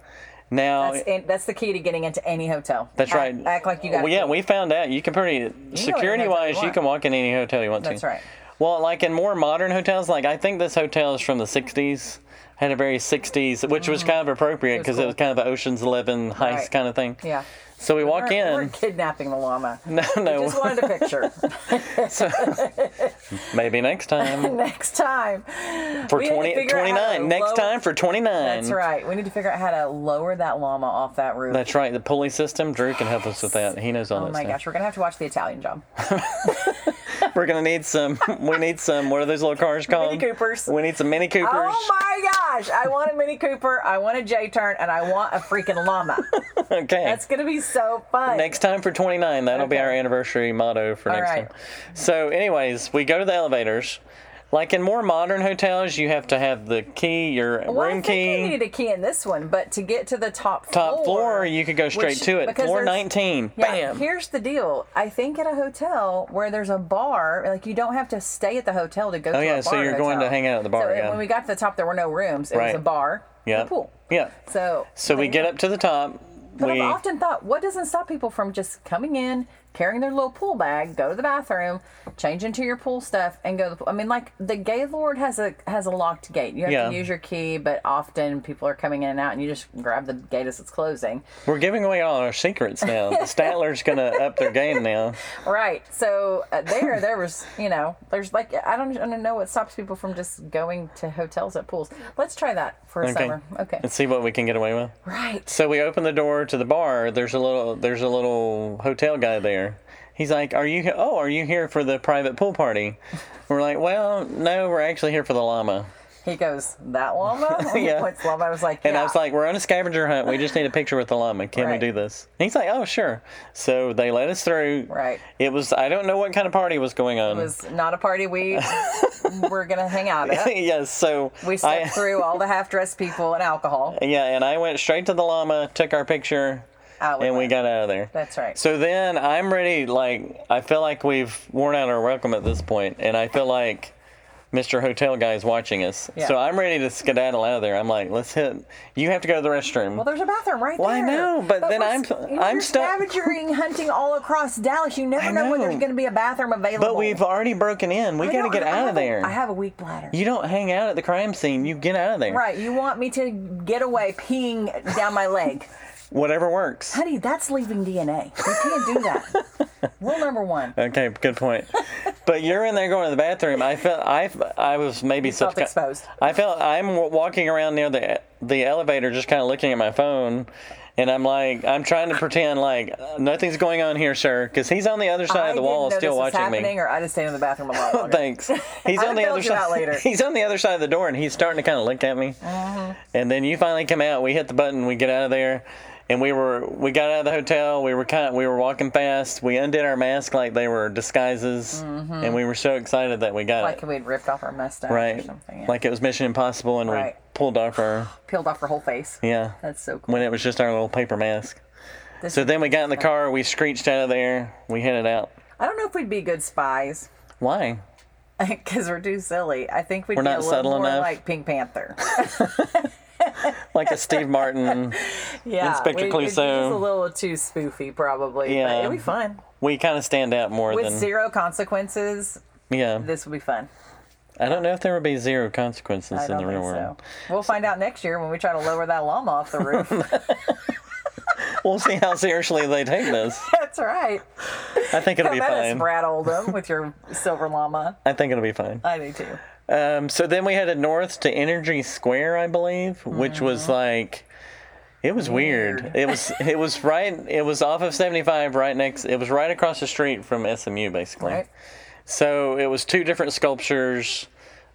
Speaker 2: Now
Speaker 1: That's in, that's the key to getting into any hotel.
Speaker 2: Oh, that's
Speaker 1: act,
Speaker 2: right.
Speaker 1: Act like you got.
Speaker 2: Well, yeah, we found out you can pretty security wise
Speaker 1: hotel you
Speaker 2: you, can
Speaker 1: want.
Speaker 2: walk in any hotel you want
Speaker 1: That's
Speaker 2: to.
Speaker 1: right.
Speaker 2: Well, like in more modern hotels, like I think this hotel is from the '60s, had a very '60s, which was kind of appropriate because it,
Speaker 1: Mm. cool.
Speaker 2: was kind of an Ocean's Eleven heist
Speaker 1: Right.
Speaker 2: kind of thing.
Speaker 1: Yeah.
Speaker 2: So we
Speaker 1: We
Speaker 2: walk
Speaker 1: weren't- we
Speaker 2: in.
Speaker 1: weren't kidnapping the llama.
Speaker 2: No, no.
Speaker 1: Just wanted a picture.
Speaker 2: Maybe next time
Speaker 1: Next time.
Speaker 2: for
Speaker 1: We had to
Speaker 2: 20,
Speaker 1: figure out how to
Speaker 2: 29. Next
Speaker 1: lower-
Speaker 2: time for 29.
Speaker 1: That's right. We need to figure out how to lower that llama off that roof.
Speaker 2: That's right. The pulley system. Drew can help us with that. He knows all
Speaker 1: oh
Speaker 2: that
Speaker 1: my
Speaker 2: stuff.
Speaker 1: gosh, we're gonna have to watch the Italian job.
Speaker 2: We're gonna need some. We need some. What are those little cars called?
Speaker 1: Coopers.
Speaker 2: We need some Mini Coopers.
Speaker 1: Oh my gosh! I want a Mini Cooper, I want a J turn, and I want a freaking llama.
Speaker 2: okay.
Speaker 1: That's gonna be so fun.
Speaker 2: next time for 29 that'll be
Speaker 1: Okay.
Speaker 2: our anniversary motto for
Speaker 1: All
Speaker 2: next
Speaker 1: right.
Speaker 2: time so anyways we go to the elevators like in more modern hotels you have to have the key your
Speaker 1: Well,
Speaker 2: room
Speaker 1: I think we
Speaker 2: key
Speaker 1: needed a key in this one, but to get to the top floor
Speaker 2: top floor you could go straight
Speaker 1: which-
Speaker 2: to it
Speaker 1: because
Speaker 2: floor
Speaker 1: there's-
Speaker 2: 19
Speaker 1: Yeah,
Speaker 2: bam
Speaker 1: Here's the deal. I think at a hotel where there's a bar, like you don't have to stay at the hotel to go to
Speaker 2: Oh, yeah,
Speaker 1: a bar.
Speaker 2: so you're
Speaker 1: hotel.
Speaker 2: going to hang out at the bar,
Speaker 1: So it-
Speaker 2: yeah.
Speaker 1: when we got to the top, there were no rooms. It was
Speaker 2: Right.
Speaker 1: a bar, and
Speaker 2: yeah
Speaker 1: a pool.
Speaker 2: yeah
Speaker 1: So,
Speaker 2: so we get up to the top
Speaker 1: But
Speaker 2: we
Speaker 1: I've often thought, what doesn't stop people from just coming in, carrying their little pool bag, go to the bathroom, change into your pool stuff, and go to the pool? I mean, like the Gaylord has a has a locked gate. You have
Speaker 2: Yeah.
Speaker 1: to use your key, but often people are coming in and out, and you just grab the gate as it's closing.
Speaker 2: we're giving away all our secrets now the statler's gonna up their game now
Speaker 1: Right. So uh, there, there was, you know, there's like, I don't, I don't know what stops people from just going to hotels at pools. Let's try that for a summer. Okay.
Speaker 2: let's see what we can get away with
Speaker 1: right.
Speaker 2: So we open the door to the bar. There's a little there's a little hotel guy there. He's like, "Are you oh, are you here for the private pool party?" We're like, "Well, no, we're actually here for the llama."
Speaker 1: He goes, that llama?
Speaker 2: Yeah.
Speaker 1: What's llama? I was like,
Speaker 2: And
Speaker 1: yeah.
Speaker 2: I was like, "We're on a scavenger hunt. We just need a picture with the llama. Can
Speaker 1: Right.
Speaker 2: we do this?" And he's like, "Oh, sure." So they let us through.
Speaker 1: Right.
Speaker 2: It was I don't know what kind of party was going on.
Speaker 1: it was not a party we were going to hang out at.
Speaker 2: yes, so
Speaker 1: We
Speaker 2: I-
Speaker 1: slept through all the half dressed people and alcohol.
Speaker 2: Yeah, and I went straight to the llama, took our picture,
Speaker 1: Out with
Speaker 2: and we
Speaker 1: it.
Speaker 2: got out of there.
Speaker 1: That's right.
Speaker 2: So then I'm ready. Like I feel like we've worn out our welcome at this point, and I feel like Mr. Hotel Guy is watching us.
Speaker 1: Yeah.
Speaker 2: So I'm ready to skedaddle out of there. I'm like, let's hit. You have to go to the restroom.
Speaker 1: well, there's a bathroom right
Speaker 2: Well, I
Speaker 1: there.
Speaker 2: know, but then
Speaker 1: we're
Speaker 2: I'm-
Speaker 1: s- you know,
Speaker 2: I'm
Speaker 1: you're
Speaker 2: stuck-
Speaker 1: scavengering, hunting all across Dallas. You never know, when
Speaker 2: know.
Speaker 1: there's going to be a bathroom available.
Speaker 2: but we've already broken in. We
Speaker 1: I
Speaker 2: got to
Speaker 1: don't-
Speaker 2: get
Speaker 1: I
Speaker 2: out
Speaker 1: have
Speaker 2: of
Speaker 1: a-
Speaker 2: there.
Speaker 1: I have a weak bladder.
Speaker 2: you don't hang out at the crime scene. You get out of there.
Speaker 1: Right, you want me to get away peeing down my leg.
Speaker 2: Whatever works.
Speaker 1: Honey, that's leaving DNA. You can't do that. Rule number one.
Speaker 2: Okay, good point. but you're in there going to the bathroom. I felt I I was maybe
Speaker 1: felt
Speaker 2: subcon-
Speaker 1: exposed.
Speaker 2: I felt I'm w- walking around near the the elevator, just kind of looking at my phone, and I'm like I'm trying to pretend like uh, nothing's going on here, sir, because he's on the other side
Speaker 1: I
Speaker 2: of the
Speaker 1: didn't
Speaker 2: wall,
Speaker 1: know
Speaker 2: still
Speaker 1: this was
Speaker 2: watching
Speaker 1: happening,
Speaker 2: me.
Speaker 1: or I just stayed in the bathroom a lot longer.
Speaker 2: Thanks. He's
Speaker 1: I'd
Speaker 2: on the
Speaker 1: have
Speaker 2: other
Speaker 1: bailed you out
Speaker 2: side.
Speaker 1: later. Mm-hmm.
Speaker 2: He's on the other side of the door, and he's starting to kind of look at me. And then you finally come out. We hit the button. We get out of there, and we were we got out of the hotel. We were kind we were walking fast. We undid our mask like they were disguises, and we were so excited that we
Speaker 1: Mm-hmm.
Speaker 2: got
Speaker 1: Like
Speaker 2: it
Speaker 1: we'd ripped off our mustache or
Speaker 2: right,
Speaker 1: something. yeah.
Speaker 2: like it was Mission Impossible, and
Speaker 1: Right.
Speaker 2: we pulled off our
Speaker 1: peeled off her whole face.
Speaker 2: yeah
Speaker 1: That's so cool.
Speaker 2: when it was just our little paper mask.
Speaker 1: This-
Speaker 2: So then we got in the car. We screeched out of there. We headed out.
Speaker 1: I don't know if we'd be good spies
Speaker 2: Why?
Speaker 1: because we're too silly. I think we'd
Speaker 2: We're
Speaker 1: be a
Speaker 2: not
Speaker 1: little
Speaker 2: subtle
Speaker 1: more
Speaker 2: enough.
Speaker 1: like Pink Panther.
Speaker 2: Like a Steve Martin.
Speaker 1: Yeah,
Speaker 2: Inspector
Speaker 1: we'd- we'd be just
Speaker 2: Clouseau.
Speaker 1: a little too spoofy, probably.
Speaker 2: Yeah.
Speaker 1: but it'd be fun
Speaker 2: We kind of stand out more
Speaker 1: with
Speaker 2: than
Speaker 1: zero consequences.
Speaker 2: yeah.
Speaker 1: This would be fun.
Speaker 2: I don't know if there would be zero consequences
Speaker 1: I
Speaker 2: in
Speaker 1: don't
Speaker 2: the real
Speaker 1: think
Speaker 2: world.
Speaker 1: so. We'll find out next year when we try to lower that llama off the roof.
Speaker 2: We'll see how seriously they take this.
Speaker 1: That's right.
Speaker 2: I think it'll be
Speaker 1: Come at us,
Speaker 2: fine.
Speaker 1: Brad Oldham, with your silver llama.
Speaker 2: I think it'll be fine.
Speaker 1: I do too.
Speaker 2: Um, so then we headed north to Energy Square, I believe, which was like, it was weird.
Speaker 1: Mm-hmm. Weird.
Speaker 2: It was it was right. It was off of seventy five, right next. It was right across the street from SMU, basically.
Speaker 1: Right?
Speaker 2: So it was two different sculptures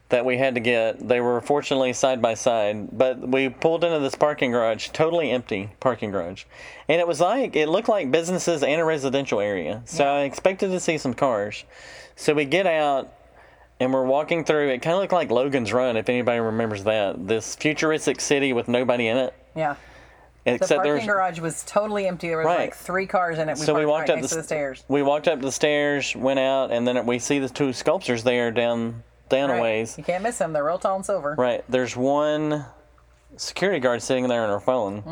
Speaker 2: that we had to get. They were fortunately side by side, but we pulled into this parking garage, totally empty parking garage. And it was like it looked like businesses and a residential area. So I expected to see some cars. So we get out and we're walking through. It kind of looked like Logan's Run, if anybody remembers that. This futuristic city with nobody in it,
Speaker 1: Yeah. The
Speaker 2: except
Speaker 1: parking
Speaker 2: there's.
Speaker 1: garage was totally empty. There was
Speaker 2: Right.
Speaker 1: like three cars in it. We
Speaker 2: So we
Speaker 1: parked
Speaker 2: walked
Speaker 1: right
Speaker 2: up
Speaker 1: next
Speaker 2: the,
Speaker 1: to the stairs.
Speaker 2: We walked up the stairs, went out, and then we see the two sculptures there down down a
Speaker 1: Right.
Speaker 2: ways.
Speaker 1: You can't miss them. They're real tall and silver.
Speaker 2: Right. There's one security guard sitting there on her phone,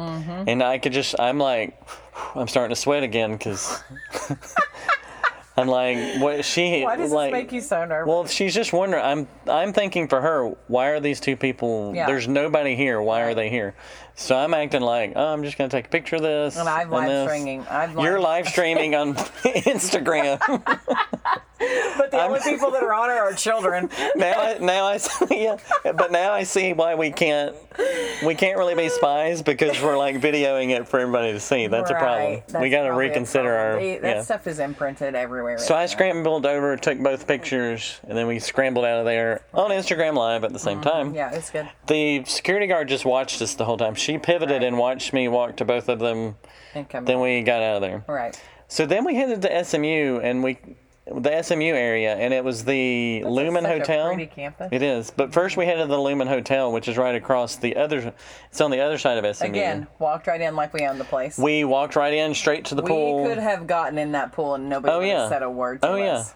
Speaker 2: and I could just I'm like I'm starting to sweat again because I'm like what she
Speaker 1: Why does
Speaker 2: like
Speaker 1: this make you so nervous?
Speaker 2: well she's just wondering I'm I'm thinking for her why are these two people
Speaker 1: Yeah.
Speaker 2: there's nobody here why are they here so I'm acting like oh, I'm just gonna take a picture of this
Speaker 1: and I'm live
Speaker 2: this.
Speaker 1: streaming. I'm live.
Speaker 2: You're live streaming on Instagram.
Speaker 1: But the only people that are on it are children.
Speaker 2: now I now I see, yeah, but now I see why we can't we can't really be spies because we're like videoing it for everybody to see. That's a problem.
Speaker 1: Right. That's
Speaker 2: we got to
Speaker 1: probably a
Speaker 2: reconsider
Speaker 1: problem.
Speaker 2: our
Speaker 1: They- that
Speaker 2: yeah.
Speaker 1: stuff is imprinted everywhere.
Speaker 2: So I scrambled over, took both pictures, and then we scrambled out of there on Instagram Live at the same time.
Speaker 1: Mm-hmm. yeah, it's good.
Speaker 2: The security guard just watched us the whole time. She pivoted and watched me walk to both of them.
Speaker 1: Income.
Speaker 2: Then we got out of there.
Speaker 1: right.
Speaker 2: So then we headed to SMU and we the SMU area and it was the Lumen
Speaker 1: such a
Speaker 2: Hotel.
Speaker 1: pretty campus.
Speaker 2: It is. But first we headed to the Lumen Hotel, which is right across the other it's on the other side of SMU.
Speaker 1: Again, walked right in like we owned the place.
Speaker 2: We walked right in straight to the
Speaker 1: We
Speaker 2: pool.
Speaker 1: could have gotten in that pool and nobody
Speaker 2: Oh,
Speaker 1: would
Speaker 2: yeah.
Speaker 1: have said a word to
Speaker 2: Oh, yeah.
Speaker 1: us.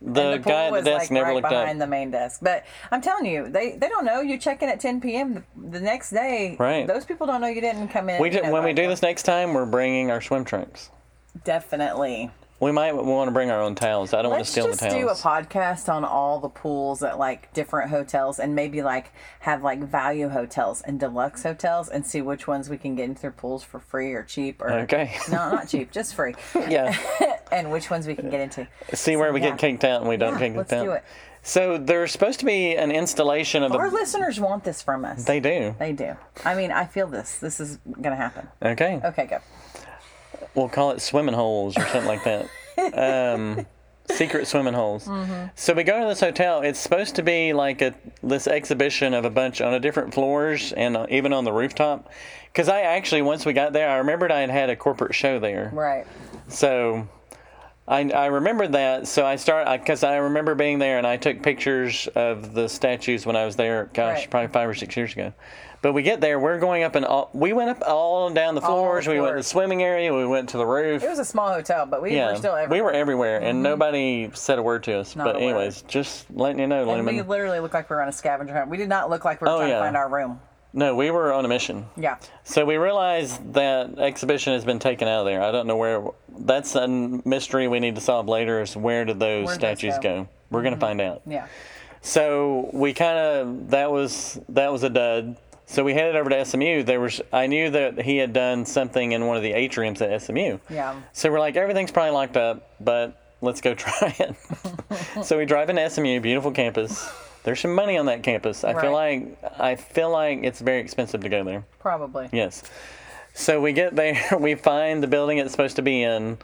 Speaker 2: the,
Speaker 1: The pool
Speaker 2: guy at the
Speaker 1: was
Speaker 2: desk
Speaker 1: like
Speaker 2: never
Speaker 1: right
Speaker 2: looked
Speaker 1: behind
Speaker 2: up.
Speaker 1: the main desk. But I'm telling you, they, they don't know. You check in at 10 p.m. the, the next day.
Speaker 2: Right.
Speaker 1: Those people don't know you didn't come in.
Speaker 2: we did,
Speaker 1: you know,
Speaker 2: when we
Speaker 1: like-
Speaker 2: do this next time, we're bringing our swim trunks.
Speaker 1: Definitely.
Speaker 2: We might want to bring our own towels. I don't want to
Speaker 1: Let's
Speaker 2: steal
Speaker 1: just
Speaker 2: the
Speaker 1: do a
Speaker 2: towels.
Speaker 1: podcast on all the pools at like different hotels and maybe like have like value hotels and deluxe hotels and see which ones we can get into their pools for free or cheap or
Speaker 2: Okay.
Speaker 1: no not cheap just free
Speaker 2: yeah.
Speaker 1: and which ones we can get into
Speaker 2: See where we
Speaker 1: yeah.
Speaker 2: get kicked out and we don't
Speaker 1: Yeah,
Speaker 2: get kicked
Speaker 1: let's
Speaker 2: out.
Speaker 1: do it.
Speaker 2: So there's supposed to be an installation of
Speaker 1: our
Speaker 2: a.
Speaker 1: listeners want this from us
Speaker 2: They do.
Speaker 1: they do i mean i feel this this is gonna happen
Speaker 2: Okay.
Speaker 1: okay go
Speaker 2: we'll call it swimming holes or something like that. Um, secret swimming holes. So we go to this hotel. It's supposed to be like a this exhibition of a bunch on a different floors and uh, even on the rooftop. Because I actually once we got there, I remembered I had had a corporate show there.
Speaker 1: right
Speaker 2: So I, I remembered that. So I start because I, remember being there and I took pictures of the statues when I was there. Gosh,
Speaker 1: Right.
Speaker 2: probably five or six years ago. But we get there. We're going up and all, we went up all down the
Speaker 1: the
Speaker 2: floors. We went to the
Speaker 1: floors.
Speaker 2: swimming area. We went to the roof.
Speaker 1: it was a small hotel but we
Speaker 2: yeah,
Speaker 1: were still
Speaker 2: we
Speaker 1: everywhere Mm-hmm.
Speaker 2: were everywhere, and nobody said a word to us.
Speaker 1: Not
Speaker 2: but
Speaker 1: a word.
Speaker 2: anyways, just letting you know,
Speaker 1: and we
Speaker 2: Lumen.
Speaker 1: literally looked like we were on a scavenger hunt we did not look like we were
Speaker 2: Oh,
Speaker 1: trying
Speaker 2: yeah.
Speaker 1: to find our room
Speaker 2: no, we were on a mission.
Speaker 1: yeah
Speaker 2: So we realized that exhibition has been taken out of there. I don't know where. That's a mystery we need to solve later. Is where did those
Speaker 1: Where'd those
Speaker 2: statues
Speaker 1: go?
Speaker 2: go? We're gonna find out.
Speaker 1: yeah
Speaker 2: So we kind of that was that was a dud. So we headed over to SMU. There was I knew that he had done something in one of the atriums at SMU.
Speaker 1: Yeah.
Speaker 2: So we're like everything's probably locked up, but let's go try it. so we drive into SMU, beautiful campus. There's some money on that campus. I feel like I feel like it's very expensive to go there.
Speaker 1: probably
Speaker 2: Yes. So we get there, we find the building it's supposed to be in,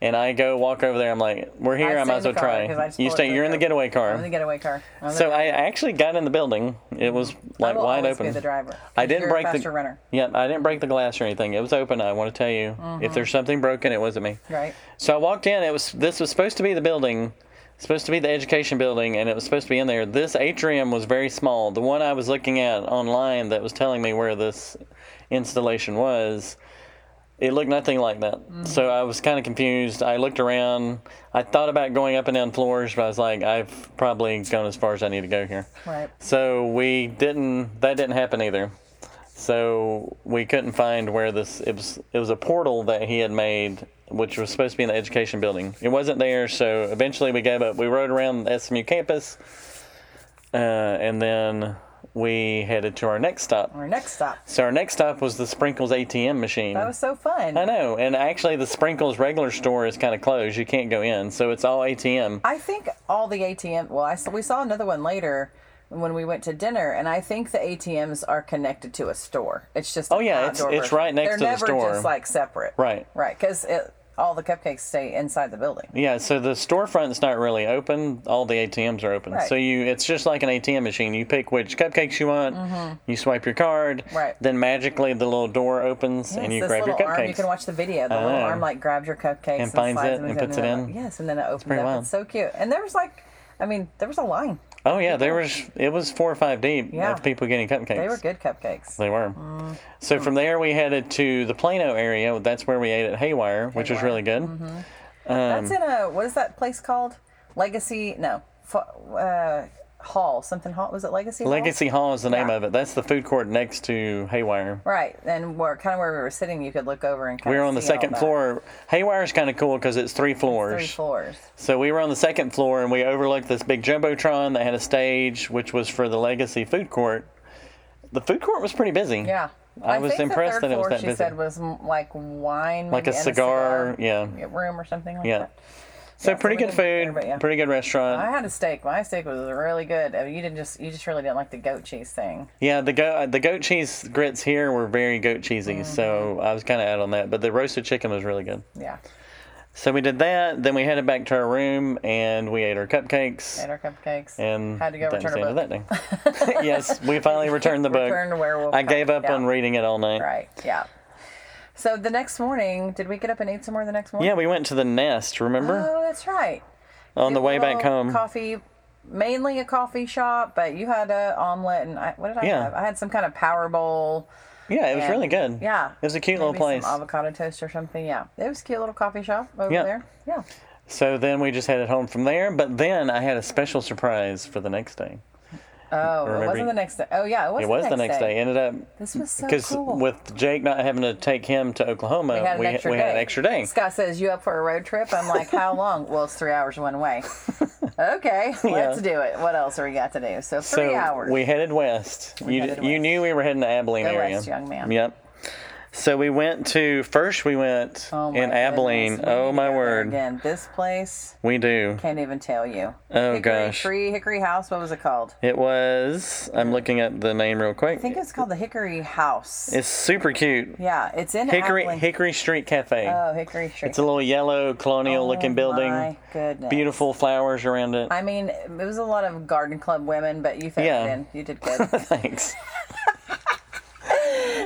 Speaker 2: and I go walk over there. I'm like, we're here.
Speaker 1: I stay
Speaker 2: I, might
Speaker 1: in
Speaker 2: as
Speaker 1: the
Speaker 2: well
Speaker 1: car
Speaker 2: try.
Speaker 1: 'cause I just
Speaker 2: You
Speaker 1: pull it
Speaker 2: stay.
Speaker 1: through
Speaker 2: You're in the
Speaker 1: the-
Speaker 2: getaway car.
Speaker 1: I'm the getaway car. I'm the
Speaker 2: So I actually got in the building. It was like
Speaker 1: I will
Speaker 2: wide
Speaker 1: always
Speaker 2: open.
Speaker 1: Be the driver.
Speaker 2: I didn't
Speaker 1: You're
Speaker 2: break
Speaker 1: a faster
Speaker 2: the
Speaker 1: runner,
Speaker 2: Yeah, I didn't break the glass or anything. It was open. I want to tell you,
Speaker 1: Mm-hmm.
Speaker 2: if there's something broken, it wasn't me.
Speaker 1: right?
Speaker 2: So I walked in. It was this was supposed to be the building, supposed to be the education building, and it was supposed to be in there. This atrium was very small. The one I was looking at online that was telling me where this installation was, it looked nothing like that. So I was kind of confused. I looked around. I thought about going up and down floors, but I was like, I've probably gone as far as I need to go here.
Speaker 1: Right.
Speaker 2: So we didn't. That didn't happen either. So we couldn't find where this. It was. It was a portal that he had made, which was supposed to be in the education building. It wasn't there. So eventually we gave up. We rode around the SMU campus, uh, and then we headed to our next stop.
Speaker 1: Our next stop.
Speaker 2: So our next stop was the Sprinkles ATM machine.
Speaker 1: That was so fun.
Speaker 2: I know, and actually the Sprinkles regular store is kind of closed. You can't go in, so it's all ATM.
Speaker 1: I think all the ATM. Well, I saw, we saw another one later when we went to dinner, and I think the ATMs are connected to a store. It's just
Speaker 2: Oh, yeah, it's-
Speaker 1: outdoor
Speaker 2: it's
Speaker 1: version.
Speaker 2: right next
Speaker 1: They're
Speaker 2: to the
Speaker 1: never
Speaker 2: store.
Speaker 1: Just like separate.
Speaker 2: Right.
Speaker 1: Right, because all the cupcakes stay inside the building.
Speaker 2: Yeah, so the storefront's not really open. All the ATMs are open.
Speaker 1: Right.
Speaker 2: So you it's just like an ATM machine. You pick which cupcakes you want, you swipe your card,
Speaker 1: Mm-hmm. Right.
Speaker 2: then magically the little door opens and
Speaker 1: Yes,
Speaker 2: you
Speaker 1: this
Speaker 2: grab your
Speaker 1: little
Speaker 2: cupcakes.
Speaker 1: arm. You can watch the video. The little
Speaker 2: know.
Speaker 1: arm like grabs your cupcakes and,
Speaker 2: finds
Speaker 1: slides
Speaker 2: it
Speaker 1: them
Speaker 2: and puts
Speaker 1: they're
Speaker 2: it
Speaker 1: like-
Speaker 2: in.
Speaker 1: yes, and then it opens
Speaker 2: pretty
Speaker 1: up.
Speaker 2: wild.
Speaker 1: It's so cute. And there was like, I mean, there was a line.
Speaker 2: Oh yeah, there was it was four or five deep
Speaker 1: Yeah.
Speaker 2: of people getting cupcakes.
Speaker 1: They were good Mm-hmm. cupcakes.
Speaker 2: They were. So from there we headed to the Plano area. That's where we ate at Haywire, which was
Speaker 1: Haywire. Mm-hmm.
Speaker 2: really good.
Speaker 1: That's
Speaker 2: Um,
Speaker 1: in a what is that place called? Legacy? No, F- uh, Hall. Something Hall. Was it Legacy? Hall?
Speaker 2: Legacy Hall is the name
Speaker 1: Yeah.
Speaker 2: of it. That's the food court next to Haywire.
Speaker 1: Right, and where kind of where we were sitting, you could look over and kind
Speaker 2: We were
Speaker 1: of
Speaker 2: on the
Speaker 1: see all
Speaker 2: second
Speaker 1: that.
Speaker 2: floor. Haywire's kind of cool because it's three floors.
Speaker 1: Three floors.
Speaker 2: So we were on the second floor and we overlooked this big jumbotron that had a stage, which was for the Legacy food court. The food court was pretty busy.
Speaker 1: Yeah.
Speaker 2: I was
Speaker 1: think the
Speaker 2: impressed
Speaker 1: third
Speaker 2: that it was
Speaker 1: floor,
Speaker 2: that
Speaker 1: she
Speaker 2: busy.
Speaker 1: said was mm, like wine,
Speaker 2: Like
Speaker 1: maybe,
Speaker 2: a
Speaker 1: and
Speaker 2: cigar, yeah.
Speaker 1: room or something like
Speaker 2: Yeah.
Speaker 1: that.
Speaker 2: So
Speaker 1: Yeah, so
Speaker 2: pretty
Speaker 1: we
Speaker 2: good
Speaker 1: did
Speaker 2: food,
Speaker 1: everybody, yeah.
Speaker 2: pretty good restaurant.
Speaker 1: I had a steak. My steak was really good. I mean, you didn't just you just really didn't like the goat cheese thing.
Speaker 2: Yeah, the go- the goat cheese grits here were very goat cheesy,
Speaker 1: Mm-hmm.
Speaker 2: so I was kind of out on that. But the roasted chicken was really good.
Speaker 1: Yeah,
Speaker 2: So we did that. Then we headed back to our room and we ate our cupcakes.
Speaker 1: ate our cupcakes.
Speaker 2: and
Speaker 1: had to go
Speaker 2: that was
Speaker 1: return
Speaker 2: the
Speaker 1: a
Speaker 2: end
Speaker 1: book.
Speaker 2: of that day. yes, we finally returned the book.
Speaker 1: Returned werewolf.
Speaker 2: I gave up
Speaker 1: yeah.
Speaker 2: on reading it all night.
Speaker 1: Right. Yeah. So the next morning, did we get up and eat somewhere the next morning?
Speaker 2: Yeah, we went to the nest. Remember
Speaker 1: Oh, that's right.
Speaker 2: on the
Speaker 1: Did a
Speaker 2: way back
Speaker 1: Oh, little
Speaker 2: home.
Speaker 1: Coffee, mainly a coffee shop, but you had a omelet and I, what did I
Speaker 2: Yeah.
Speaker 1: have? I had some kind of power bowl.
Speaker 2: Yeah, it was
Speaker 1: and-
Speaker 2: really good.
Speaker 1: Yeah.
Speaker 2: it was a cute little
Speaker 1: Maybe
Speaker 2: place.
Speaker 1: Some avocado toast or something. Yeah, it was a cute little coffee shop over
Speaker 2: Yeah.
Speaker 1: there. Yeah.
Speaker 2: So then we just headed home from there. But then I had a special surprise for the next day.
Speaker 1: Oh, it
Speaker 2: remember
Speaker 1: wasn't
Speaker 2: you-
Speaker 1: the next day. Oh yeah, it was.
Speaker 2: It was the next day. Ended up
Speaker 1: This was so
Speaker 2: Because
Speaker 1: cool.
Speaker 2: with Jake not having to take him to Oklahoma, we
Speaker 1: we had an extra
Speaker 2: we
Speaker 1: day.
Speaker 2: had an extra day.
Speaker 1: Scott says, "You up for a road trip?" I'm like, "How long?" well, it's three hours one way. okay, let's do it. What else are we got to do? So three
Speaker 2: so
Speaker 1: hours.
Speaker 2: we headed west. you
Speaker 1: headed
Speaker 2: you
Speaker 1: west.
Speaker 2: knew we were heading to Abilene
Speaker 1: Go
Speaker 2: area.
Speaker 1: west, young man.
Speaker 2: Yep. So we went to first we went
Speaker 1: Oh, my
Speaker 2: in Abilene.
Speaker 1: goodness, we need
Speaker 2: Oh
Speaker 1: to
Speaker 2: my
Speaker 1: go there
Speaker 2: word.
Speaker 1: Again, this place
Speaker 2: We do.
Speaker 1: can't even tell you.
Speaker 2: Oh,
Speaker 1: Hickory
Speaker 2: gosh.
Speaker 1: Tree Hickory House. What was it called?
Speaker 2: It was I'm looking up the name real quick.
Speaker 1: I think it's called the Hickory House.
Speaker 2: it's super cute.
Speaker 1: yeah, it's in
Speaker 2: Hickory
Speaker 1: Abilene.
Speaker 2: Hickory Street Cafe.
Speaker 1: Oh, Hickory Tree.
Speaker 2: it's a little yellow colonial looking building.
Speaker 1: My goodness.
Speaker 2: Beautiful flowers around it.
Speaker 1: I mean, it was a lot of garden club women, but you fit
Speaker 2: Yeah.
Speaker 1: in. You did good.
Speaker 2: Thanks.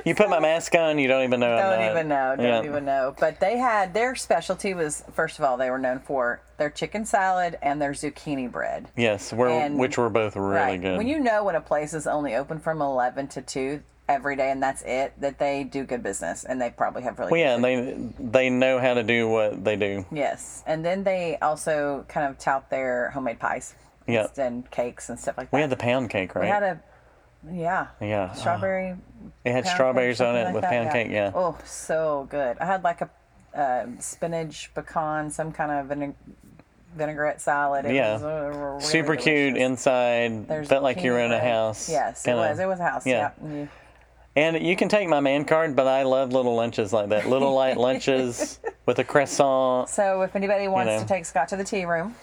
Speaker 2: you put my mask on, you don't even know. I'm
Speaker 1: don't
Speaker 2: not.
Speaker 1: even know. Don't
Speaker 2: Yeah.
Speaker 1: even know. But they had their specialty was first of all they were known for their chicken salad and their zucchini bread.
Speaker 2: Yes, we're,
Speaker 1: And-
Speaker 2: which were both really
Speaker 1: right.
Speaker 2: good.
Speaker 1: When you know when a place is only open from eleven to two every day and that's it, that they do good business and they probably have really.
Speaker 2: well,
Speaker 1: good
Speaker 2: yeah, and they they know how to do what they do.
Speaker 1: Yes, and then they also kind of tout their homemade pies.
Speaker 2: Yeah.
Speaker 1: And cakes and stuff like that.
Speaker 2: We had the pound cake, right?
Speaker 1: We had a. Yeah.
Speaker 2: yeah, oh,
Speaker 1: Strawberry.
Speaker 2: it had
Speaker 1: pound cake,
Speaker 2: strawberries on
Speaker 1: something
Speaker 2: it
Speaker 1: like
Speaker 2: with
Speaker 1: that,
Speaker 2: pound cake. Yeah,
Speaker 1: Oh, so good. I had like a um spinach pecan, some kind of vinegar, vinaigrette salad. It
Speaker 2: Yeah.
Speaker 1: was, uh, really
Speaker 2: super cute
Speaker 1: delicious.
Speaker 2: inside.
Speaker 1: There's
Speaker 2: felt like you were in a
Speaker 1: peanut bread.
Speaker 2: house.
Speaker 1: Yes,
Speaker 2: kinda.
Speaker 1: it was. It was a house.
Speaker 2: yeah.
Speaker 1: Yeah. Mm.
Speaker 2: And you can take my man card, but I love little lunches like that. Little light lunches with a croissant.
Speaker 1: So if anybody wants
Speaker 2: know.
Speaker 1: to take Scott to the tea room,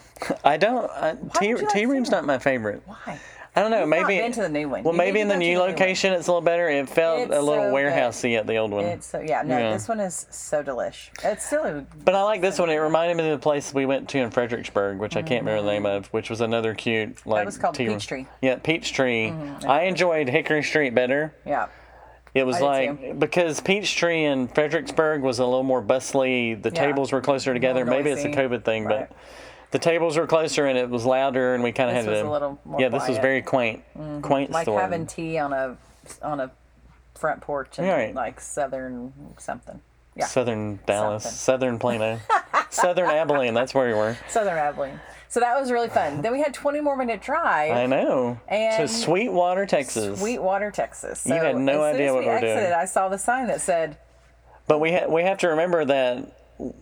Speaker 2: I don't. I, tea
Speaker 1: would you like
Speaker 2: tea room's
Speaker 1: tea
Speaker 2: not my favorite.
Speaker 1: why?
Speaker 2: I don't know.
Speaker 1: You've not
Speaker 2: maybe
Speaker 1: been to the new one.
Speaker 2: Well,
Speaker 1: You need
Speaker 2: maybe
Speaker 1: to
Speaker 2: in the
Speaker 1: go to
Speaker 2: new
Speaker 1: the new one.
Speaker 2: location it's a little better. It felt
Speaker 1: It's
Speaker 2: a little
Speaker 1: so good.
Speaker 2: warehousey at the old one.
Speaker 1: It's so yeah. No,
Speaker 2: Yeah.
Speaker 1: this one is so delish. It's still a
Speaker 2: But I like this one. It reminded me of the place we went to in Fredericksburg, which I can't remember the name of, which was another cute like.
Speaker 1: Mm-hmm. was called
Speaker 2: tea room.
Speaker 1: Peachtree. Mm-hmm.
Speaker 2: Yeah, Peachtree. I enjoyed Hickory Street better.
Speaker 1: yeah.
Speaker 2: It was
Speaker 1: I did
Speaker 2: like
Speaker 1: too.
Speaker 2: because Peachtree in Fredericksburg was a little more bustly. The
Speaker 1: Yeah.
Speaker 2: tables were closer together. Maybe it's a
Speaker 1: noisy.
Speaker 2: COVID thing,
Speaker 1: Right.
Speaker 2: but the tables were closer and it was louder, and we kind of
Speaker 1: This
Speaker 2: had
Speaker 1: was
Speaker 2: to.
Speaker 1: a little more
Speaker 2: yeah, this
Speaker 1: quiet.
Speaker 2: was
Speaker 1: Mm-hmm.
Speaker 2: very quaint. Quaint
Speaker 1: Like
Speaker 2: store.
Speaker 1: having tea on a on a front porch and
Speaker 2: Right.
Speaker 1: like southern something. Yeah.
Speaker 2: Southern Dallas,
Speaker 1: Something.
Speaker 2: Southern Plano, Southern Abilene. That's where we were.
Speaker 1: Southern Abilene. So that was really fun. then we had 20 more minute drive.
Speaker 2: I know. to
Speaker 1: And-
Speaker 2: Sweetwater, Texas.
Speaker 1: Sweetwater, Texas. So
Speaker 2: You had no
Speaker 1: as soon
Speaker 2: idea
Speaker 1: as
Speaker 2: what
Speaker 1: we
Speaker 2: we were doing.
Speaker 1: exited, I saw the sign that said,
Speaker 2: But we ha- we have to remember that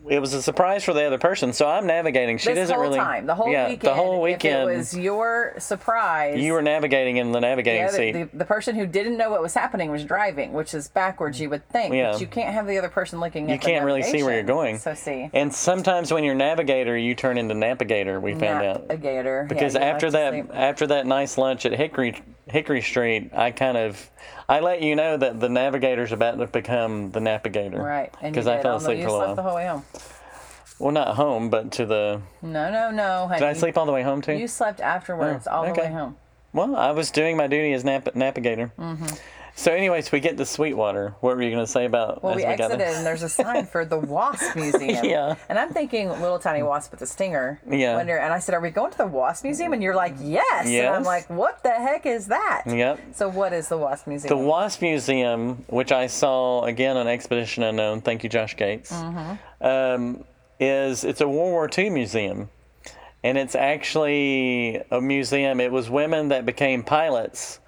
Speaker 2: it was a surprise for the other person. So I'm navigating. She
Speaker 1: "This
Speaker 2: doesn't
Speaker 1: whole
Speaker 2: really.
Speaker 1: time, the whole
Speaker 2: yeah,
Speaker 1: weekend,
Speaker 2: the whole
Speaker 1: if
Speaker 2: weekend.
Speaker 1: it was your surprise."
Speaker 2: you were navigating in the navigating
Speaker 1: the, other-
Speaker 2: seat.
Speaker 1: the, the person who didn't know what was happening was driving, which is backwards. You would think,
Speaker 2: Yeah.
Speaker 1: but you can't have the other person looking.
Speaker 2: you can't really see where you're going.
Speaker 1: So see,
Speaker 2: And sometimes when you're navigator, you turn into navigator. We found out.
Speaker 1: a gator
Speaker 2: because after that after that nice lunch at Hickory Hickory Street, I kind of I let you know that the navigator's about to become the navigator.
Speaker 1: right? And
Speaker 2: Because
Speaker 1: you
Speaker 2: I
Speaker 1: did
Speaker 2: fell
Speaker 1: all the-
Speaker 2: asleep
Speaker 1: you
Speaker 2: for a
Speaker 1: slept
Speaker 2: while.
Speaker 1: the whole way home.
Speaker 2: well, not home, but to the.
Speaker 1: No, no, no. Honey.
Speaker 2: Did I sleep all the way home too?
Speaker 1: You slept afterwards,
Speaker 2: Oh,
Speaker 1: all the
Speaker 2: okay.
Speaker 1: way home. Mm-hmm.
Speaker 2: Well, I was doing my duty as nap- navigator. So, anyways, we get to Sweetwater. What were you going to say about?
Speaker 1: Well, we,
Speaker 2: got
Speaker 1: exited
Speaker 2: there?
Speaker 1: and there's a sign for the Wasp Museum.
Speaker 2: Yeah.
Speaker 1: And I'm thinking little tiny wasp with a stinger.
Speaker 2: Yeah.
Speaker 1: Wonder, and I said, Are we going to the Wasp Museum? And you're like, Yes. And I'm
Speaker 2: Yes.
Speaker 1: like, What the heck is that?
Speaker 2: Yep.
Speaker 1: So, what is the Wasp
Speaker 2: The
Speaker 1: Museum?
Speaker 2: Wasp Museum, which I saw again on Expedition Unknown, thank you, Josh Gates, um, is it's a World War II museum, and it's actually a museum. It was women that became pilots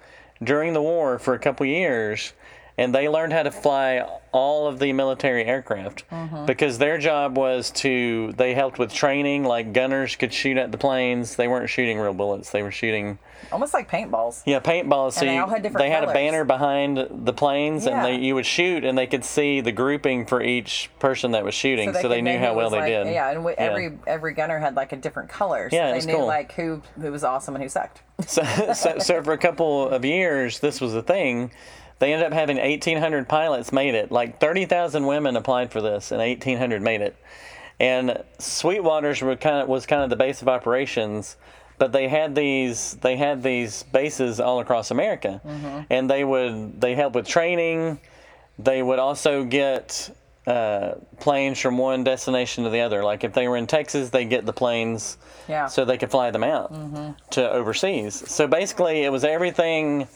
Speaker 2: during the war for a couple years, and they learned how to fly all of the military aircraft because their job was to they helped with training. Like gunners could shoot at the planes. They weren't shooting real bullets. They were shooting.
Speaker 1: Almost like paintballs.
Speaker 2: Yeah, paintballs. So
Speaker 1: And they
Speaker 2: you-
Speaker 1: all had different
Speaker 2: they had a
Speaker 1: colours.
Speaker 2: banner behind the planes,
Speaker 1: Yeah.
Speaker 2: and they, you would shoot, and they could see the grouping for each person that was shooting, so they,
Speaker 1: could
Speaker 2: knew
Speaker 1: know
Speaker 2: how
Speaker 1: who
Speaker 2: well
Speaker 1: was,
Speaker 2: they
Speaker 1: like-
Speaker 2: did.
Speaker 1: Yeah, and we, every every gunner had like a different color, so
Speaker 2: Yeah, it
Speaker 1: they
Speaker 2: was
Speaker 1: knew
Speaker 2: cool.
Speaker 1: like who who was awesome and who sucked.
Speaker 2: So, so, so for a couple of years, this was a thing. They ended up having 1,800 pilots made it. Like 30,000 women applied for this, and 1,800 made it. And Sweetwater's were kind of was kind of the base of operations, but they had these they had these bases all across America, and they would they help with training. They would also get uh, planes from one destination to the other. Like if they were in Texas, they get the planes
Speaker 1: Yeah.
Speaker 2: so they could fly them out to overseas. So basically, it was everything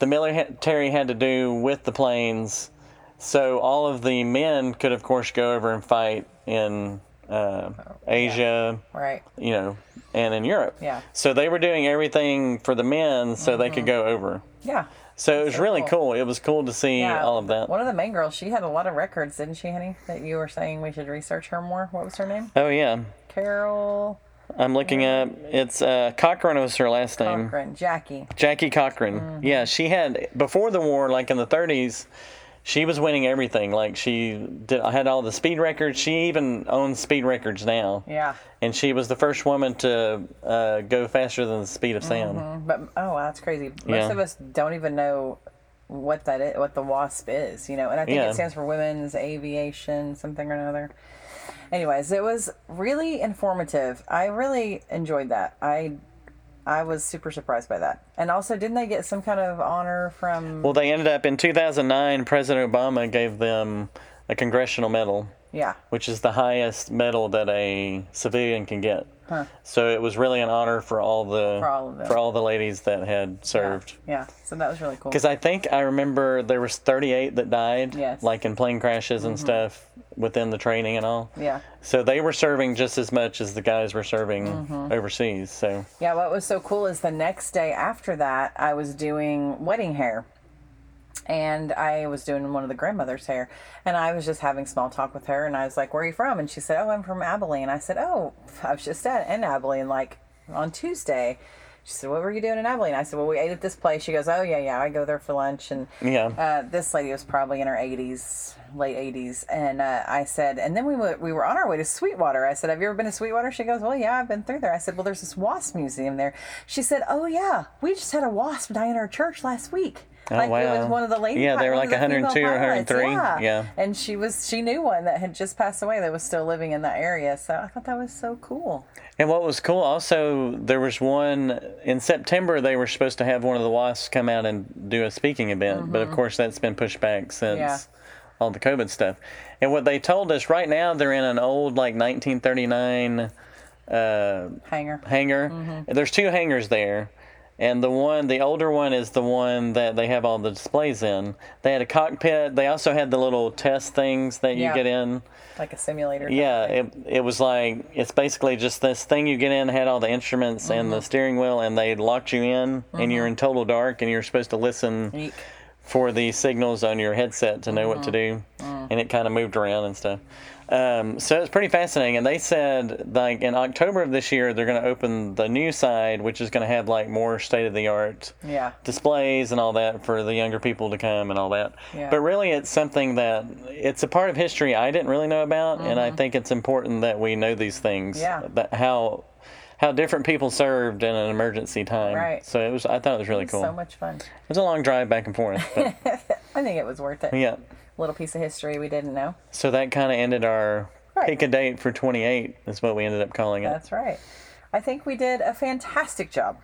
Speaker 2: the military had to do with the planes. So all of the men could, of course, go over and fight in uh, Asia,
Speaker 1: Right.
Speaker 2: you know, and in Europe.
Speaker 1: Yeah.
Speaker 2: So they were doing everything for the men so they could go over.
Speaker 1: Yeah.
Speaker 2: So it was
Speaker 1: Mm-hmm. so
Speaker 2: really
Speaker 1: cool.
Speaker 2: cool. It was cool to see
Speaker 1: Yeah.
Speaker 2: all of that.
Speaker 1: One of the main girls, she had a lot of records, didn't she, honey? That you were saying we should research her more. What was her name?
Speaker 2: Oh yeah,
Speaker 1: Carol
Speaker 2: I'm looking up. It's uh, Cochran was her last name.
Speaker 1: Cochran, Jackie.
Speaker 2: Jackie Cochran.
Speaker 1: Mm-hmm.
Speaker 2: Yeah, she had before the war, like in the 30s, she was winning everything. Like she did, had all the speed records. She even owns speed records now.
Speaker 1: Yeah.
Speaker 2: And she was the first woman to uh, go faster than the speed of sound.
Speaker 1: But oh, wow, that's crazy. Most
Speaker 2: Yeah.
Speaker 1: of us don't even know what that is, what the WASP is, you know. And I think
Speaker 2: Yeah.
Speaker 1: it stands for Women's Aviation something or another. Anyways, it was really informative. I really enjoyed that. I I was super surprised by that. And also, didn't they get some kind of honor from?
Speaker 2: Well, they ended up in 2009. President Obama gave them a congressional medal,
Speaker 1: yeah.
Speaker 2: which is the highest medal that a civilian can get. So it was really an honor for all the
Speaker 1: For all of them.
Speaker 2: for all the ladies that had served.
Speaker 1: Yeah. So that was really cool.
Speaker 2: Because I think I remember there was 38 that died,
Speaker 1: Yes. Mm-hmm.
Speaker 2: like in plane crashes and stuff within the training and all.
Speaker 1: Yeah.
Speaker 2: So they were serving just as much as the guys were serving
Speaker 1: Mm-hmm.
Speaker 2: overseas. So
Speaker 1: Yeah, what was so cool is the next day after that, I was doing wedding hair. And I was doing one of the grandmother's hair. And I was just having small talk with her. And I was like, Where are you from? And she said, Oh, I'm from Abilene. I said, Oh, I was just at in Abilene, like on Tuesday. She said, What were you doing in Abilene? I said, Well, we ate at this place. She goes, Oh, yeah, yeah. I go there for lunch. And
Speaker 2: Yeah.
Speaker 1: uh, this lady was probably in her 80s, late 80s. And uh, I said, and then we were, we were on our way to Sweetwater. I said, Have you ever been to Sweetwater? She goes, Well, yeah, I've been through there. I said, Well, there's this wasp museum there. She said, Oh, yeah, we just had a wasp die in our church last week.
Speaker 2: Oh,
Speaker 1: like it
Speaker 2: wow.
Speaker 1: was one of the ladies.
Speaker 2: Yeah, they were like 102 or 103.
Speaker 1: Yeah.
Speaker 2: Yeah.
Speaker 1: And she was, she knew one that had just passed away that was still living in that area. So I thought that was so cool.
Speaker 2: And what was cool also, there was one in September, they were supposed to have one of the wasps come out and do a speaking event. But of course, that's been pushed back
Speaker 1: Mm-hmm.
Speaker 2: since
Speaker 1: Yeah.
Speaker 2: all the COVID stuff. And what they told us right now, they're in an old, like 1939 uh,
Speaker 1: Hanger.
Speaker 2: hangar. There's two hangars there. And the one, the older one is the one that they have all the displays in. They had a cockpit. They also had the little test things that you
Speaker 1: Yeah.
Speaker 2: get in.
Speaker 1: Like a simulator.
Speaker 2: Yeah, it, it was like it's basically just this thing you get in had all the instruments and the steering wheel, and they locked you in, and you're in total dark, and you're supposed to listen
Speaker 1: Neat.
Speaker 2: for the signals on your headset to know what to
Speaker 1: Mm-hmm.
Speaker 2: do,
Speaker 1: Mm.
Speaker 2: and it kind of moved around and stuff. Um, so it's pretty fascinating. And they said like in October of this year they're going to open the new side, which is going to have like more state of the art
Speaker 1: Yeah.
Speaker 2: displays and all that for the younger people to come and all that.
Speaker 1: Yeah.
Speaker 2: But really, it's something that it's a part of history I didn't really know about, and I think it's important that we know these things.
Speaker 1: Mm-hmm. Yeah.
Speaker 2: That how how different people served in an emergency time.
Speaker 1: Right.
Speaker 2: So it was. I thought it was really cool.
Speaker 1: So much fun.
Speaker 2: It was a long drive back and forth. But
Speaker 1: I think it was worth it.
Speaker 2: yeah.
Speaker 1: Little piece of history we didn't know.
Speaker 2: So that kind of ended our
Speaker 1: Right.
Speaker 2: pick a date for 28. Is what we ended up calling it.
Speaker 1: That's right. I think we did a fantastic job.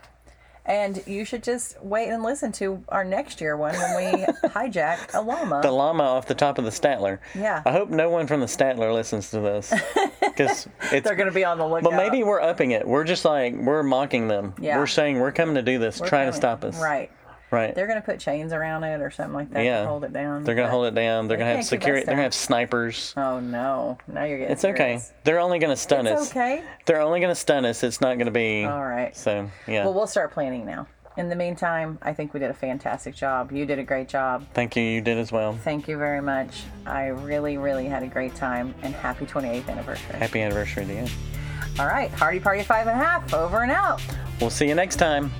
Speaker 1: And you should just wait and listen to our next year one when we hijack a llama.
Speaker 2: The llama off the top of the Statler.
Speaker 1: Yeah.
Speaker 2: I hope no one from the Statler listens to this. Because it's.
Speaker 1: They're going to be on the lookout.
Speaker 2: But maybe we're upping it. We're just like, we're mocking them.
Speaker 1: Yeah.
Speaker 2: We're saying we're coming to do this,
Speaker 1: We're
Speaker 2: trying
Speaker 1: coming.
Speaker 2: to stop us.
Speaker 1: Right.
Speaker 2: Right.
Speaker 1: They're going to put chains around it or something like that
Speaker 2: Yeah.
Speaker 1: to hold it down.
Speaker 2: They're going to hold it down. They're
Speaker 1: They
Speaker 2: going to
Speaker 1: can't
Speaker 2: have
Speaker 1: keep us
Speaker 2: security. They're going
Speaker 1: down.
Speaker 2: to have snipers.
Speaker 1: Oh no! Now you're getting.
Speaker 2: It's okay.
Speaker 1: serious.
Speaker 2: They're only going to stun
Speaker 1: It's
Speaker 2: us.
Speaker 1: okay.
Speaker 2: They're only going to stun us. It's not going to be.
Speaker 1: All right.
Speaker 2: So, yeah.
Speaker 1: Well, we'll start planning now. In the meantime, I think we did a fantastic job. You did a great job.
Speaker 2: Thank you. You did as well.
Speaker 1: Thank you very much. I really, really had a great time and happy 28th anniversary.
Speaker 2: Happy anniversary to you.
Speaker 1: All right, Hardy Party Five and a Half, over and out.
Speaker 2: We'll see you next time.